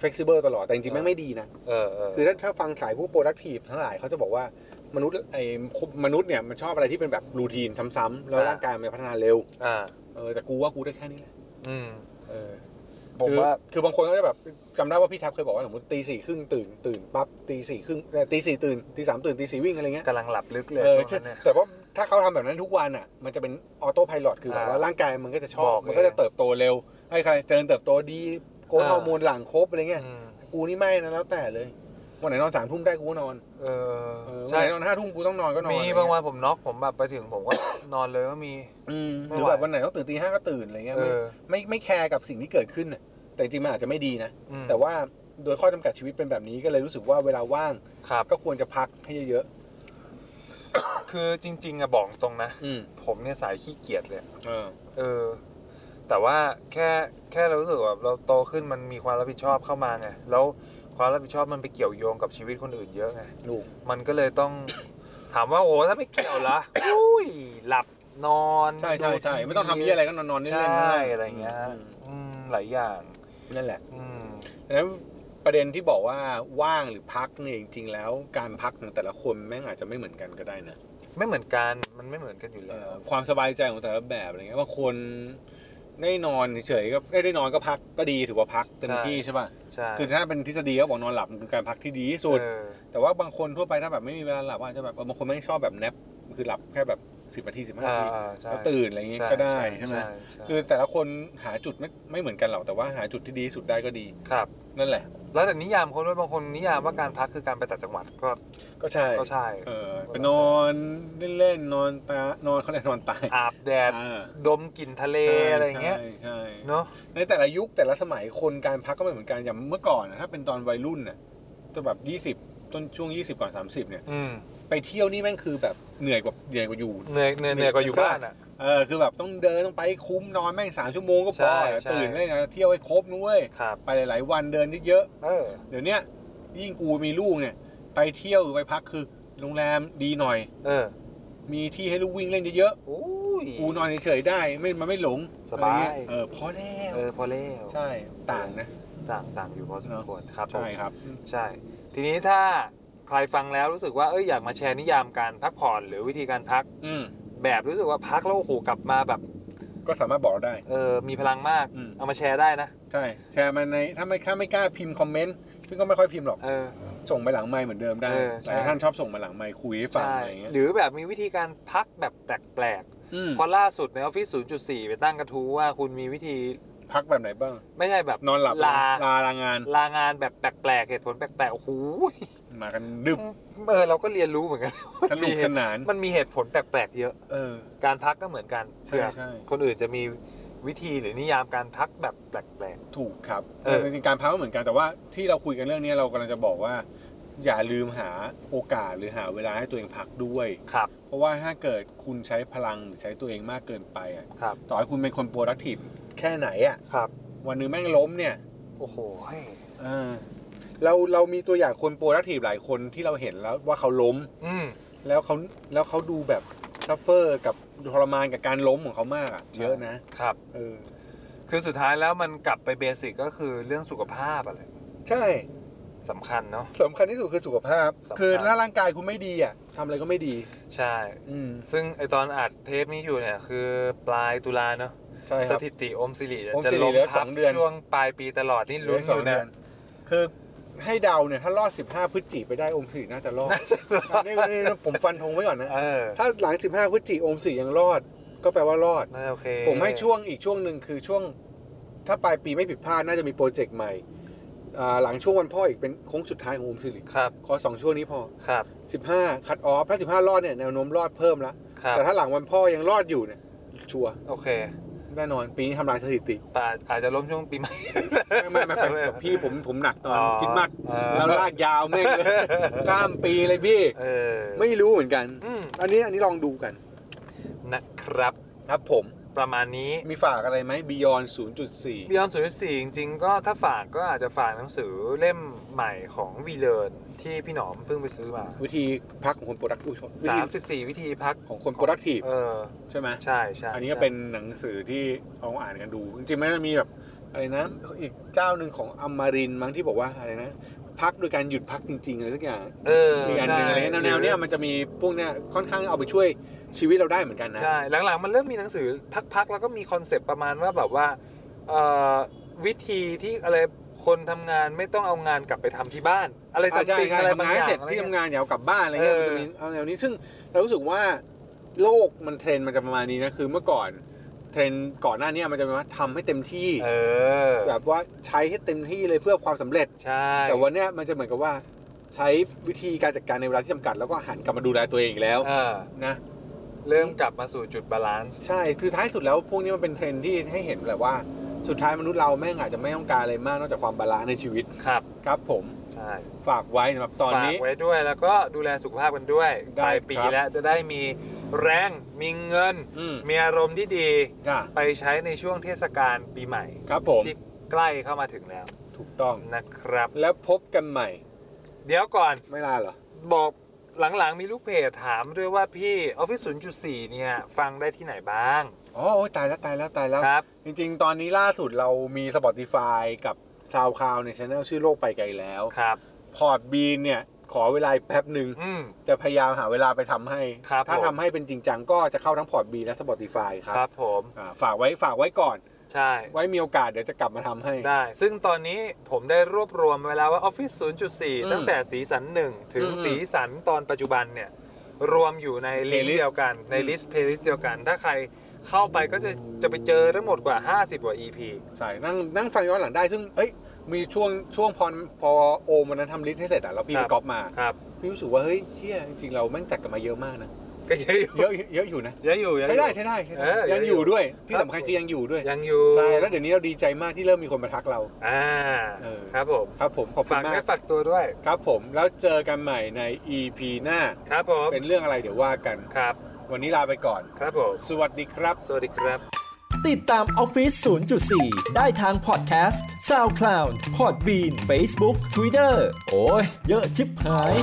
[SPEAKER 1] เฟกซิเบิลตลอดแต่จริงๆแม่ง
[SPEAKER 2] เออ
[SPEAKER 1] ไม่ดีนะ
[SPEAKER 2] เออเออ
[SPEAKER 1] คือถ้าถ้าฟังสายผู้ productive ทั้งหลายเขาจะบอกว่ามนุษย์ไอ้มนุษย์เนี่ยมันชอบอะไรที่เป็นแบบรูทีนซ้ำๆแล้วร่างกายมันจะพัฒนาเร็ว
[SPEAKER 2] อ่า
[SPEAKER 1] เออแต่กูว่ากูได้แค่นี้แหละ
[SPEAKER 2] อืม
[SPEAKER 1] เออ
[SPEAKER 2] ผม
[SPEAKER 1] คือ
[SPEAKER 2] ว่า
[SPEAKER 1] คือบางคนก็จะแบบจำได้ว่าพี่แท็บเคยบอกว่าสมมติตีสี่ครึ่งตื่นตื่นปั๊บตีสี่ครึ่งเอ่อตีสี่ตื่นตีสามตื่นตีสี่วิ่งอะไรเงี้ย
[SPEAKER 2] กำลังหลับลึกเลย
[SPEAKER 1] เออ
[SPEAKER 2] ช่วงนั้นเนี่ย
[SPEAKER 1] แต่ว่าถ้าเขาทำแบบนั้นทุกวันอ่ะมันจะเป็นออโต้พายโคือแบบว่า
[SPEAKER 2] อ่า
[SPEAKER 1] ร่างกายมันก็จะชอ
[SPEAKER 2] บบ อกเลย
[SPEAKER 1] มันก็จะเติบโตเร็วให้ใครเจริญเติบโตดีโกรท
[SPEAKER 2] อ่า
[SPEAKER 1] ฮอร์โมนหลังครบอะไรเงี้ย
[SPEAKER 2] อืม
[SPEAKER 1] กูนี่ไม่นะแล้วแต่เลยวันไหนนอนสามทุ่มได้กูก็นอน
[SPEAKER 2] เออ
[SPEAKER 1] ใช่
[SPEAKER 2] ใช่
[SPEAKER 1] นอนห้าทุ่มกูต้องนอนก็นอน
[SPEAKER 2] มี
[SPEAKER 1] อะไรเย
[SPEAKER 2] บางวันผมน็อกผมแบบไปถึงผมก็ นอนเลยก็มี
[SPEAKER 1] อืมห
[SPEAKER 2] ไม่
[SPEAKER 1] รือ
[SPEAKER 2] ไหว
[SPEAKER 1] แบบวันไหนต้องตื่นตีห้าก็ตื่นอะไรเงี้ย
[SPEAKER 2] เอ
[SPEAKER 1] ไม่
[SPEAKER 2] อ
[SPEAKER 1] ไม่ไม่แคร์กับสิ่งที่เกิดขึ้นน่ะแต่จริงๆมันอาจจะไม่ดีนะ
[SPEAKER 2] อืม
[SPEAKER 1] แต่ว่าโดยข้อจำกัดชีวิตเป็นแบบนี้ก็เลยรู้สึกว่าเวลาว่าง
[SPEAKER 2] ครับ
[SPEAKER 1] ก็ควรจะพักให้เยอะ
[SPEAKER 2] คือจริง ๆอะบอกตรงนะ
[SPEAKER 1] ๆอืม
[SPEAKER 2] ผมเนี่ยสายขี้เกียจเลย
[SPEAKER 1] เออ
[SPEAKER 2] เออ แต่ว่าแค่แค่เรารู้สึกว่าเราโตขึ้นมันมีความรับผิดชอบเข้ามาไงแล้วความรับผิดชอบมันไปเกี่ยวโยงกับชีวิตคนอื่นเยอะไง
[SPEAKER 1] ถูก
[SPEAKER 2] มันก็เลยต้อง ถามว่าโอ้ถ้าไม่เกี่ยวละ อุ้ย หลับนอน
[SPEAKER 1] ใช่ใช่ใช่
[SPEAKER 2] ดูทีวี
[SPEAKER 1] ไม่ต้องทำยี่อะไรก็นอนนอนๆเล่นๆ
[SPEAKER 2] ใช่
[SPEAKER 1] นั่นแหล
[SPEAKER 2] อะไรอย่างเงี้ยฮะ
[SPEAKER 1] อืม
[SPEAKER 2] อืมหลายอย่าง
[SPEAKER 1] นั่นแหละ
[SPEAKER 2] อืม
[SPEAKER 1] ดังนั้นประเด็นที่บอกว่าว่างหรือพักเนี่ยจริงๆแล้วการพักของแต่ละคนแม่งอาจจะไม่เหมือนกันก็ได้นะ
[SPEAKER 2] ไม่เหมือนกันมันไม่เหมือนกันอยู่
[SPEAKER 1] เอ่อ
[SPEAKER 2] แล้ว
[SPEAKER 1] ความสบายใจของแต่ละแบบอะไรเงี้ยบางคนได้นอนเฉยๆก็ได้ได้นอนก็พักก็ดีถือว่าพักเต็ม
[SPEAKER 2] ใช่
[SPEAKER 1] ที่ใช่ป่ะ
[SPEAKER 2] ใช่
[SPEAKER 1] คือถ้าเป็นทฤษฎีก็บอกนอนหลับมันคือการพักที่ดีที่สุด
[SPEAKER 2] เออ
[SPEAKER 1] แต่ว่าบางคนทั่วไปถ้าแบบไม่มีเวลาหลับอาจจะแบบเออบางคนไม่ชอบแบบแนปคือหลับแค่แบบสิบนาทีสิบห้านา
[SPEAKER 2] อ่า
[SPEAKER 1] ที
[SPEAKER 2] อ่าใช่
[SPEAKER 1] แล้วตื่นอะไรเงี้ย
[SPEAKER 2] ใช่
[SPEAKER 1] ก็ได้ใช่ไหม
[SPEAKER 2] ใช่
[SPEAKER 1] คือแต่ละคนหาจุดไม่ไม่เหมือนกันหรอกแต่ว่าหาจุดที่ดีที่สุดได้ก็ดี
[SPEAKER 2] ครับ
[SPEAKER 1] นั่นแหละ
[SPEAKER 2] แล้วแต่นิยามเขาด้วยบางคนนิยามว่าการพักคือการไปต่างจังหวัดก็
[SPEAKER 1] ก็ใช่
[SPEAKER 2] ก็ใช่
[SPEAKER 1] เออไปนอนเล่นๆนอนตานอนเขาเรียกนอนตาย
[SPEAKER 2] อาบแดด
[SPEAKER 1] อ่า
[SPEAKER 2] ดมกลิ่นทะเล
[SPEAKER 1] ใช่
[SPEAKER 2] อะไรอย่างเงี้ย
[SPEAKER 1] ใช่ใช่
[SPEAKER 2] เนาะ
[SPEAKER 1] ในแต่ละยุคแต่ละสมัยคนการพักก็ไม่เหมือนกันอย่างเมื่อก่อนนะถ้าเป็นตอนวัยรุ่นน่ะจะแบบยี่สิบ20ต้นช่วงยี่สิบก่อนสามสิบเนี่ย
[SPEAKER 2] อืม
[SPEAKER 1] ไปเที่ยวนี่แม่งคือแบบเหนื่อยกว่าเหนื่อยกว่าอยู่
[SPEAKER 2] เหนื่อยเหนื่อยเหนื่อยกว่าอยู่
[SPEAKER 1] ใช่
[SPEAKER 2] บ้านอ่ะ
[SPEAKER 1] เออคือแบบต้องเดินต้องไปให้คุ้มนอนแม่งสามชั่วโมงก็พ
[SPEAKER 2] ใช่
[SPEAKER 1] อ
[SPEAKER 2] ใช่
[SPEAKER 1] ตื่นได้นะเที่ยวให้ครบนุ้ย
[SPEAKER 2] ครับ
[SPEAKER 1] ไปหลาย ๆ วันเดินเยอะ
[SPEAKER 2] เออ
[SPEAKER 1] ๆเดี๋ยวเนี้ยยิ่งกูมีลูกเนี่ย ไปเที่ยวไปพักคือโรงแรมดีหน่อย
[SPEAKER 2] เออ
[SPEAKER 1] มีที่ให้ลูกวิ่งเล่นเยอะ
[SPEAKER 2] อุ้ย
[SPEAKER 1] ๆกูนอนเฉยๆได้ไม่มันไม่หลง
[SPEAKER 2] สบา
[SPEAKER 1] อะไร
[SPEAKER 2] ย
[SPEAKER 1] เงี้เออพอแล้
[SPEAKER 2] เอ
[SPEAKER 1] ว
[SPEAKER 2] อพอแล้ว
[SPEAKER 1] ใช่ต่างนะ
[SPEAKER 2] ต่างต่างอยู่พอสม
[SPEAKER 1] เนอะ
[SPEAKER 2] ควรครับผม
[SPEAKER 1] ใช่ครับ
[SPEAKER 2] ใช่ ทีนี้ถ้าใครฟังแล้วรู้สึกว่าเอ้ยอยากมาแชร์นิยามการพักผ่อนหรือวิธีการพัก
[SPEAKER 1] อืม
[SPEAKER 2] แบบรู้สึกว่าพักแล้วโอ้โหกลับมาแบบ
[SPEAKER 1] ก็สามารถบอกเราได้
[SPEAKER 2] เออมีพลังมาก
[SPEAKER 1] อืม
[SPEAKER 2] เอามาแชร์ได้นะ
[SPEAKER 1] ใช่แชร์มาในถ้าไม่ถ้าไม่กล้าพิมพ์คอมเมนต์ซึ่งก็ไม่ค่อยพิมพ์หรอก
[SPEAKER 2] เออ
[SPEAKER 1] ส่งไปหลังไมค์เหมือนเดิมได้
[SPEAKER 2] เออใช่
[SPEAKER 1] แต่ท่านชอบส่งมาหลังไมค์คุยให้ฟัง
[SPEAKER 2] ใช่
[SPEAKER 1] อะไรอย่างเงี้ย
[SPEAKER 2] หรือแบบมีวิธีการพักแบบแปลก
[SPEAKER 1] ม
[SPEAKER 2] ๆเพอล่าสุดในออฟฟิศ0.4 ไปตั้งกระทู้ว่าคุณมีวิธี
[SPEAKER 1] พักแบบไหนบ้าง
[SPEAKER 2] ไม่ใช่แบบ
[SPEAKER 1] นอนหลับ
[SPEAKER 2] ลา
[SPEAKER 1] ลาลางาน
[SPEAKER 2] ลางานแบบแปลกๆเหตุผลแปลกๆโอ้โห
[SPEAKER 1] มากันดึบ
[SPEAKER 2] เออเราก็เรียนรู้เห มือนกัน
[SPEAKER 1] สนุกสนาน
[SPEAKER 2] มันมีเหตุผลแปลกๆเยอะ
[SPEAKER 1] เออ
[SPEAKER 2] การพักก็เหมือนกัน
[SPEAKER 1] ใช่
[SPEAKER 2] เผื่อ
[SPEAKER 1] ใช่
[SPEAKER 2] คนอื่นจะมีวิธีหรือนิยามการพักแบบแปลก
[SPEAKER 1] ถูกครับ
[SPEAKER 2] เออ
[SPEAKER 1] จริงๆการพักก็เหมือนกันแต่ว่าที่เราคุยกันเรื่องเนี้ยเรากำลังจะบอกว่า อย่าลืมหาโอกาสหรือหาเวลาให้ตัวเองพักด้วย
[SPEAKER 2] ๆ ครับ
[SPEAKER 1] เพราะว่าถ้าเกิดคุณใช้พลังหรือใช้ตัวเองมากเกินไปอะ
[SPEAKER 2] ครับ
[SPEAKER 1] ต่อให้คุณเป็นคน productive แค่ไหนอ่ะ
[SPEAKER 2] ครับ
[SPEAKER 1] วันหนึงแม่งล้มเนี่ย
[SPEAKER 2] โอ้โหเฮ้ย
[SPEAKER 1] เราเรามีตัวอย่างคนโปรดักทีฟหลายคนที่เราเห็นแล้วว่าเขาล้ม
[SPEAKER 2] อืม
[SPEAKER 1] แล้วเขาแล้วเขาดูแบบซัฟเฟอร์กับทรมานกับการล้มของเขามากอะ
[SPEAKER 2] ใช่
[SPEAKER 1] เยอะนะครับ เออ
[SPEAKER 2] คือสุดท้ายแล้วมันกลับไปเบสิกก็คือเรื่องสุขภาพอะไร
[SPEAKER 1] ใช่
[SPEAKER 2] สำคัญเนาะ
[SPEAKER 1] สำคัญที่สุดคือสุขภาพ
[SPEAKER 2] สำคัญ
[SPEAKER 1] คือถ้าร่างกายคุณไม่ดีอ่ะทำอะไรก็ไม่ดี
[SPEAKER 2] ใช่
[SPEAKER 1] อืม
[SPEAKER 2] ซึ่งไอตอนอัดเทปนี้อยู่เนี่ย คือปลายตุลาเนาะ
[SPEAKER 1] ใช่ค
[SPEAKER 2] ส
[SPEAKER 1] รับ
[SPEAKER 2] ถิติอมสิริ
[SPEAKER 1] อม
[SPEAKER 2] จะ
[SPEAKER 1] สิริ
[SPEAKER 2] ลง
[SPEAKER 1] เหลือส
[SPEAKER 2] ทั
[SPEAKER 1] อบ งเดือน
[SPEAKER 2] ช่วงปลายปีตลอดนี่
[SPEAKER 1] เหลื
[SPEAKER 2] ลุ้น
[SPEAKER 1] อ
[SPEAKER 2] อ
[SPEAKER 1] สอง
[SPEAKER 2] ยู่
[SPEAKER 1] เดื
[SPEAKER 2] นะ
[SPEAKER 1] อนคือให้เดาเนี่ยถ้ารอด 15พฤศจิไปได้องค์สี่น่าจะรอดอันนี่นี่ผมฟันธงไว้ก่อนนะ
[SPEAKER 2] เออ
[SPEAKER 1] ถ้าหลัง 15พฤศจิองค์สี่ยังรอด ก็แปลว่ารอด
[SPEAKER 2] น่าจะโอเค
[SPEAKER 1] ผมให้ช่วงอีกช่วงหนึ่งคือช่วง ถ้าปลายปีไม่ผิดพลาดน่าจะมีโปรเจกต์ใหม่อ่าหลังช่วงวันพ่ออีกเป็นโค้งสุดท้ายของโอมสิริ
[SPEAKER 2] ครับ
[SPEAKER 1] ขอสองช่วงนี้พอ
[SPEAKER 2] ครับ
[SPEAKER 1] 15 คัดออฟถ้า15 รอดเนี่ยแนวโน้มรอดเพิ่มละ
[SPEAKER 2] ครับ
[SPEAKER 1] แต่ถ้าหลังวันพ่อยังรอดอยู่เนี่ยชัวร์
[SPEAKER 2] โอเค
[SPEAKER 1] แน่นอน ปีนี้ทำลายสถิติ
[SPEAKER 2] ป่าอาจจะล้มช่วงปีใหม่
[SPEAKER 1] ไม่ไม่ไม่ไม่พี่ผมผมหนักตอน
[SPEAKER 2] อ๋อ
[SPEAKER 1] คริดมัด
[SPEAKER 2] เออ
[SPEAKER 1] แล้วลากยาวแม่งเลยข้ามปีเลยพี่
[SPEAKER 2] เออ
[SPEAKER 1] ไม่รู้เหมือนกัน
[SPEAKER 2] อืม
[SPEAKER 1] อันนี้อันนี้ลองดูกัน
[SPEAKER 2] นะครับ
[SPEAKER 1] ครับผม
[SPEAKER 2] ประมาณนี้
[SPEAKER 1] มีฝากอะไรไหมบิยอน0.4
[SPEAKER 2] Beyond 04จริงๆ ก็ถ้าฝากก็อาจจะฝากหนังสือเล่มใหม่ของวีเล r ร์นที่พี่หนอมเพิ่งไปซื้อมา
[SPEAKER 1] วิธีพักของคนโปรดักต์วิธี
[SPEAKER 2] 34 วิธีพัก
[SPEAKER 1] ของคนโปรดักทีฟ
[SPEAKER 2] เออ
[SPEAKER 1] ใช่ไหม
[SPEAKER 2] ใช่ใช่
[SPEAKER 1] อั
[SPEAKER 2] อั
[SPEAKER 1] นนี้ก็เป็นหนังสือที่เอาอ่านกันดู จริงๆ มันมีแบบอะไรนะ อีกเจ้าหนึ่งของอมรินทร์มั้งที่บอกว่าอะไรนะ พักโดยการหยุดพักจริงๆอะไรสักอย่าง
[SPEAKER 2] เออ
[SPEAKER 1] มีอันหนึ่งอะไรเงี้ยแนวๆเนี้ยมันจะมีพวกเนี้ยค่อนข้างเอาไปช่วยชีวิตเราได้เหมือนกันนะ
[SPEAKER 2] ใช่ หลังๆ มันเริ่มมีหนังสือพักๆ แล้วก็มีคอนเซปต์ประมาณว่าแบบว่าเอ่อวิธีที่อะไรคนทำงานไม่ต้องเอางานกลับไปทำที่บ้าน อะไรสั
[SPEAKER 1] ใช่ใช่
[SPEAKER 2] กติง
[SPEAKER 1] ใช่
[SPEAKER 2] อะไร
[SPEAKER 1] ทำ
[SPEAKER 2] บาง
[SPEAKER 1] งาน
[SPEAKER 2] อ
[SPEAKER 1] ให้
[SPEAKER 2] ย่าง
[SPEAKER 1] เสร็จ
[SPEAKER 2] อะไร
[SPEAKER 1] ที่
[SPEAKER 2] เงี้
[SPEAKER 1] ทำ
[SPEAKER 2] ย
[SPEAKER 1] งานอย่าเอากลับบ้านอะไรเงี้ยมัน
[SPEAKER 2] เออ
[SPEAKER 1] จะมีเอาแนวนี้ซึ่งเรารู้สึกว่าโลกมันเทรนด์มันจะประมาณนี้นะคือเมื่อก่อนเทรนด์ก่อนหน้าเนี้ยมันจะเป็นว่าทำให้เต็มที่
[SPEAKER 2] เออ
[SPEAKER 1] แบบว่าใช้ให้เต็มที่เลยเพื่อความสำเร็จ
[SPEAKER 2] ใช่
[SPEAKER 1] แต่วันเนี้ยมันจะเหมือนกับว่า ใช้วิธีการจัดการในเวลาที่จำกัด แล้วก็หันกลับมาดูแลตัวเองอีกแล้ว
[SPEAKER 2] เออ
[SPEAKER 1] นะ
[SPEAKER 2] เริ่มกลับมาสู่จุดบาลานซ์
[SPEAKER 1] ใช่คือท้ายสุดแล้วพวกนี้มันเป็นเทรนด์ที่ให้เห็นแหละว่า สุดท้ายมนุษย์เราแม่งอาจจะไม่ต้องการอะไรมากนอกจากความบาลานซ์ในชีวิต
[SPEAKER 2] ครับ
[SPEAKER 1] ครับผม
[SPEAKER 2] ใช่
[SPEAKER 1] ฝากไว้สำหรับตอนนี้
[SPEAKER 2] ฝากไว้ด้วยแล้วก็ดูแลสุขภาพกันด้วย
[SPEAKER 1] ได้
[SPEAKER 2] ปลายปี
[SPEAKER 1] ครับ
[SPEAKER 2] แล้วจะได้มีแรงมีเงิน
[SPEAKER 1] อืม
[SPEAKER 2] มีอารมณ์ที่ดี
[SPEAKER 1] จ้า
[SPEAKER 2] ไปใช้ในช่วงเทศกาลปีใหม่
[SPEAKER 1] ครับผม
[SPEAKER 2] ที่ใกล้เข้ามาถึงแล้ว
[SPEAKER 1] ถูกต้อง
[SPEAKER 2] นะครับ
[SPEAKER 1] แล้วพบกันใหม่
[SPEAKER 2] เดี๋ยวก่อน
[SPEAKER 1] ไม่ลาเหรอ
[SPEAKER 2] บอกหลังๆมีลูกเพจถามด้วยว่าพี่ออฟฟิศ0.4 เนี่ย ฟังได้ที่ไหนบ้าง
[SPEAKER 1] อ๋อโอ้ยตายแล้วตายแล้วตายแล้ว
[SPEAKER 2] ครับ
[SPEAKER 1] จริงๆ ตอนนี้ล่าสุดเรามี Spotify กับ SoundCloud ในช anel ชื่อโลกไปไกลแล้ว
[SPEAKER 2] ครับ
[SPEAKER 1] พอร์ตบีนเนี่ย ขอเวลาอีกแป๊บหนึ่ง
[SPEAKER 2] อืม
[SPEAKER 1] จะพยายามหาเวลาไปทำให้
[SPEAKER 2] ครับ
[SPEAKER 1] ถ้า
[SPEAKER 2] ผม
[SPEAKER 1] ทำให้เป็นจริงจังก็จะเข้าทั้งพอร์ตบีและ Spotify ครั
[SPEAKER 2] ครับ บผม
[SPEAKER 1] อ่าฝากไว้ฝากไว้ก่อน
[SPEAKER 2] ใช่
[SPEAKER 1] ไว้มีโอกาสเดี๋ยวจะกลับมาทำให้
[SPEAKER 2] ได้ ซึ่งตอนนี้ผมได้รวบรวมไว้แล้วว่า Office 0.4 ตั้งแต่สีสัน 1 ถึง
[SPEAKER 1] อืม
[SPEAKER 2] สีสันตอนปัจจุบันเนี่ย รวมอยู่ในลิส
[SPEAKER 1] Playlist
[SPEAKER 2] ต์เดียวกันใน
[SPEAKER 1] อืม
[SPEAKER 2] ลิสต์เพลย์ลิสต์เดียวกัน ถ้าใคร เข้าไปก็จะจะไปเจอทั้งหมดกว่า 50 กว่า EP
[SPEAKER 1] ใช่นั่งนั่งฟังย้อนหลังได้ซึ่งเอ้ยมีช่วงช่วงพอพอโอมวันนั้นทำลิสต์ให้เสร็จอ่ะแล้วพี่
[SPEAKER 2] ครั
[SPEAKER 1] ไป
[SPEAKER 2] บ
[SPEAKER 1] ก๊อปมา
[SPEAKER 2] ครับ
[SPEAKER 1] พี่รู้สึกว่าเฮ้ยเชี่ยจริงๆเราแม่งจัดกันมาเยอะมากนะ
[SPEAKER 2] ก็เยอะอยู่
[SPEAKER 1] เยอะเยอะอยู่นะ
[SPEAKER 2] เยอะอยู่เยอะอ
[SPEAKER 1] ใช้
[SPEAKER 2] ยู่
[SPEAKER 1] ได้ใช้ได้ใช้ได้
[SPEAKER 2] เออ
[SPEAKER 1] ยัง
[SPEAKER 2] เยอะ
[SPEAKER 1] อ
[SPEAKER 2] อยู่
[SPEAKER 1] ยู่ด้วยที่สำคัญคือยังอยู่ด้วย
[SPEAKER 2] ยังอยู่
[SPEAKER 1] ใช่แล้วเดี๋ยวนี้เราดีใจมากที่เริ่มมีคนมาทักเรา
[SPEAKER 2] อ่า
[SPEAKER 1] เออ
[SPEAKER 2] ครับผม
[SPEAKER 1] ครับผมขอบคุ
[SPEAKER 2] ฝาก
[SPEAKER 1] ณมา
[SPEAKER 2] แม่
[SPEAKER 1] ก
[SPEAKER 2] ฝากตัวด้วย
[SPEAKER 1] ครับผมแล้วเจอกันใหม่ใน EP หน้า
[SPEAKER 2] ครับผม
[SPEAKER 1] เป็นเรื่องอะไรเดี๋ยวว่ากัน
[SPEAKER 2] ครับ
[SPEAKER 1] วันนี้ลาไปก่อน
[SPEAKER 2] ครับผม
[SPEAKER 1] สวัสดีครับ
[SPEAKER 2] สวัสดีครับ
[SPEAKER 3] ติดตามออฟฟิศ0.4 ได้ทางพอดแคสต์ SoundCloud Podbean Facebook Twitter โอ้ย เยอะชิบหาย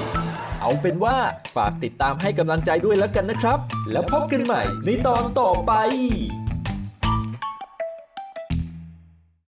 [SPEAKER 3] เอาเป็นว่าฝากติดตามให้กำลังใจด้วยแล้วกันนะครับ แล้วพบกันใหม่ในตอนต่อไป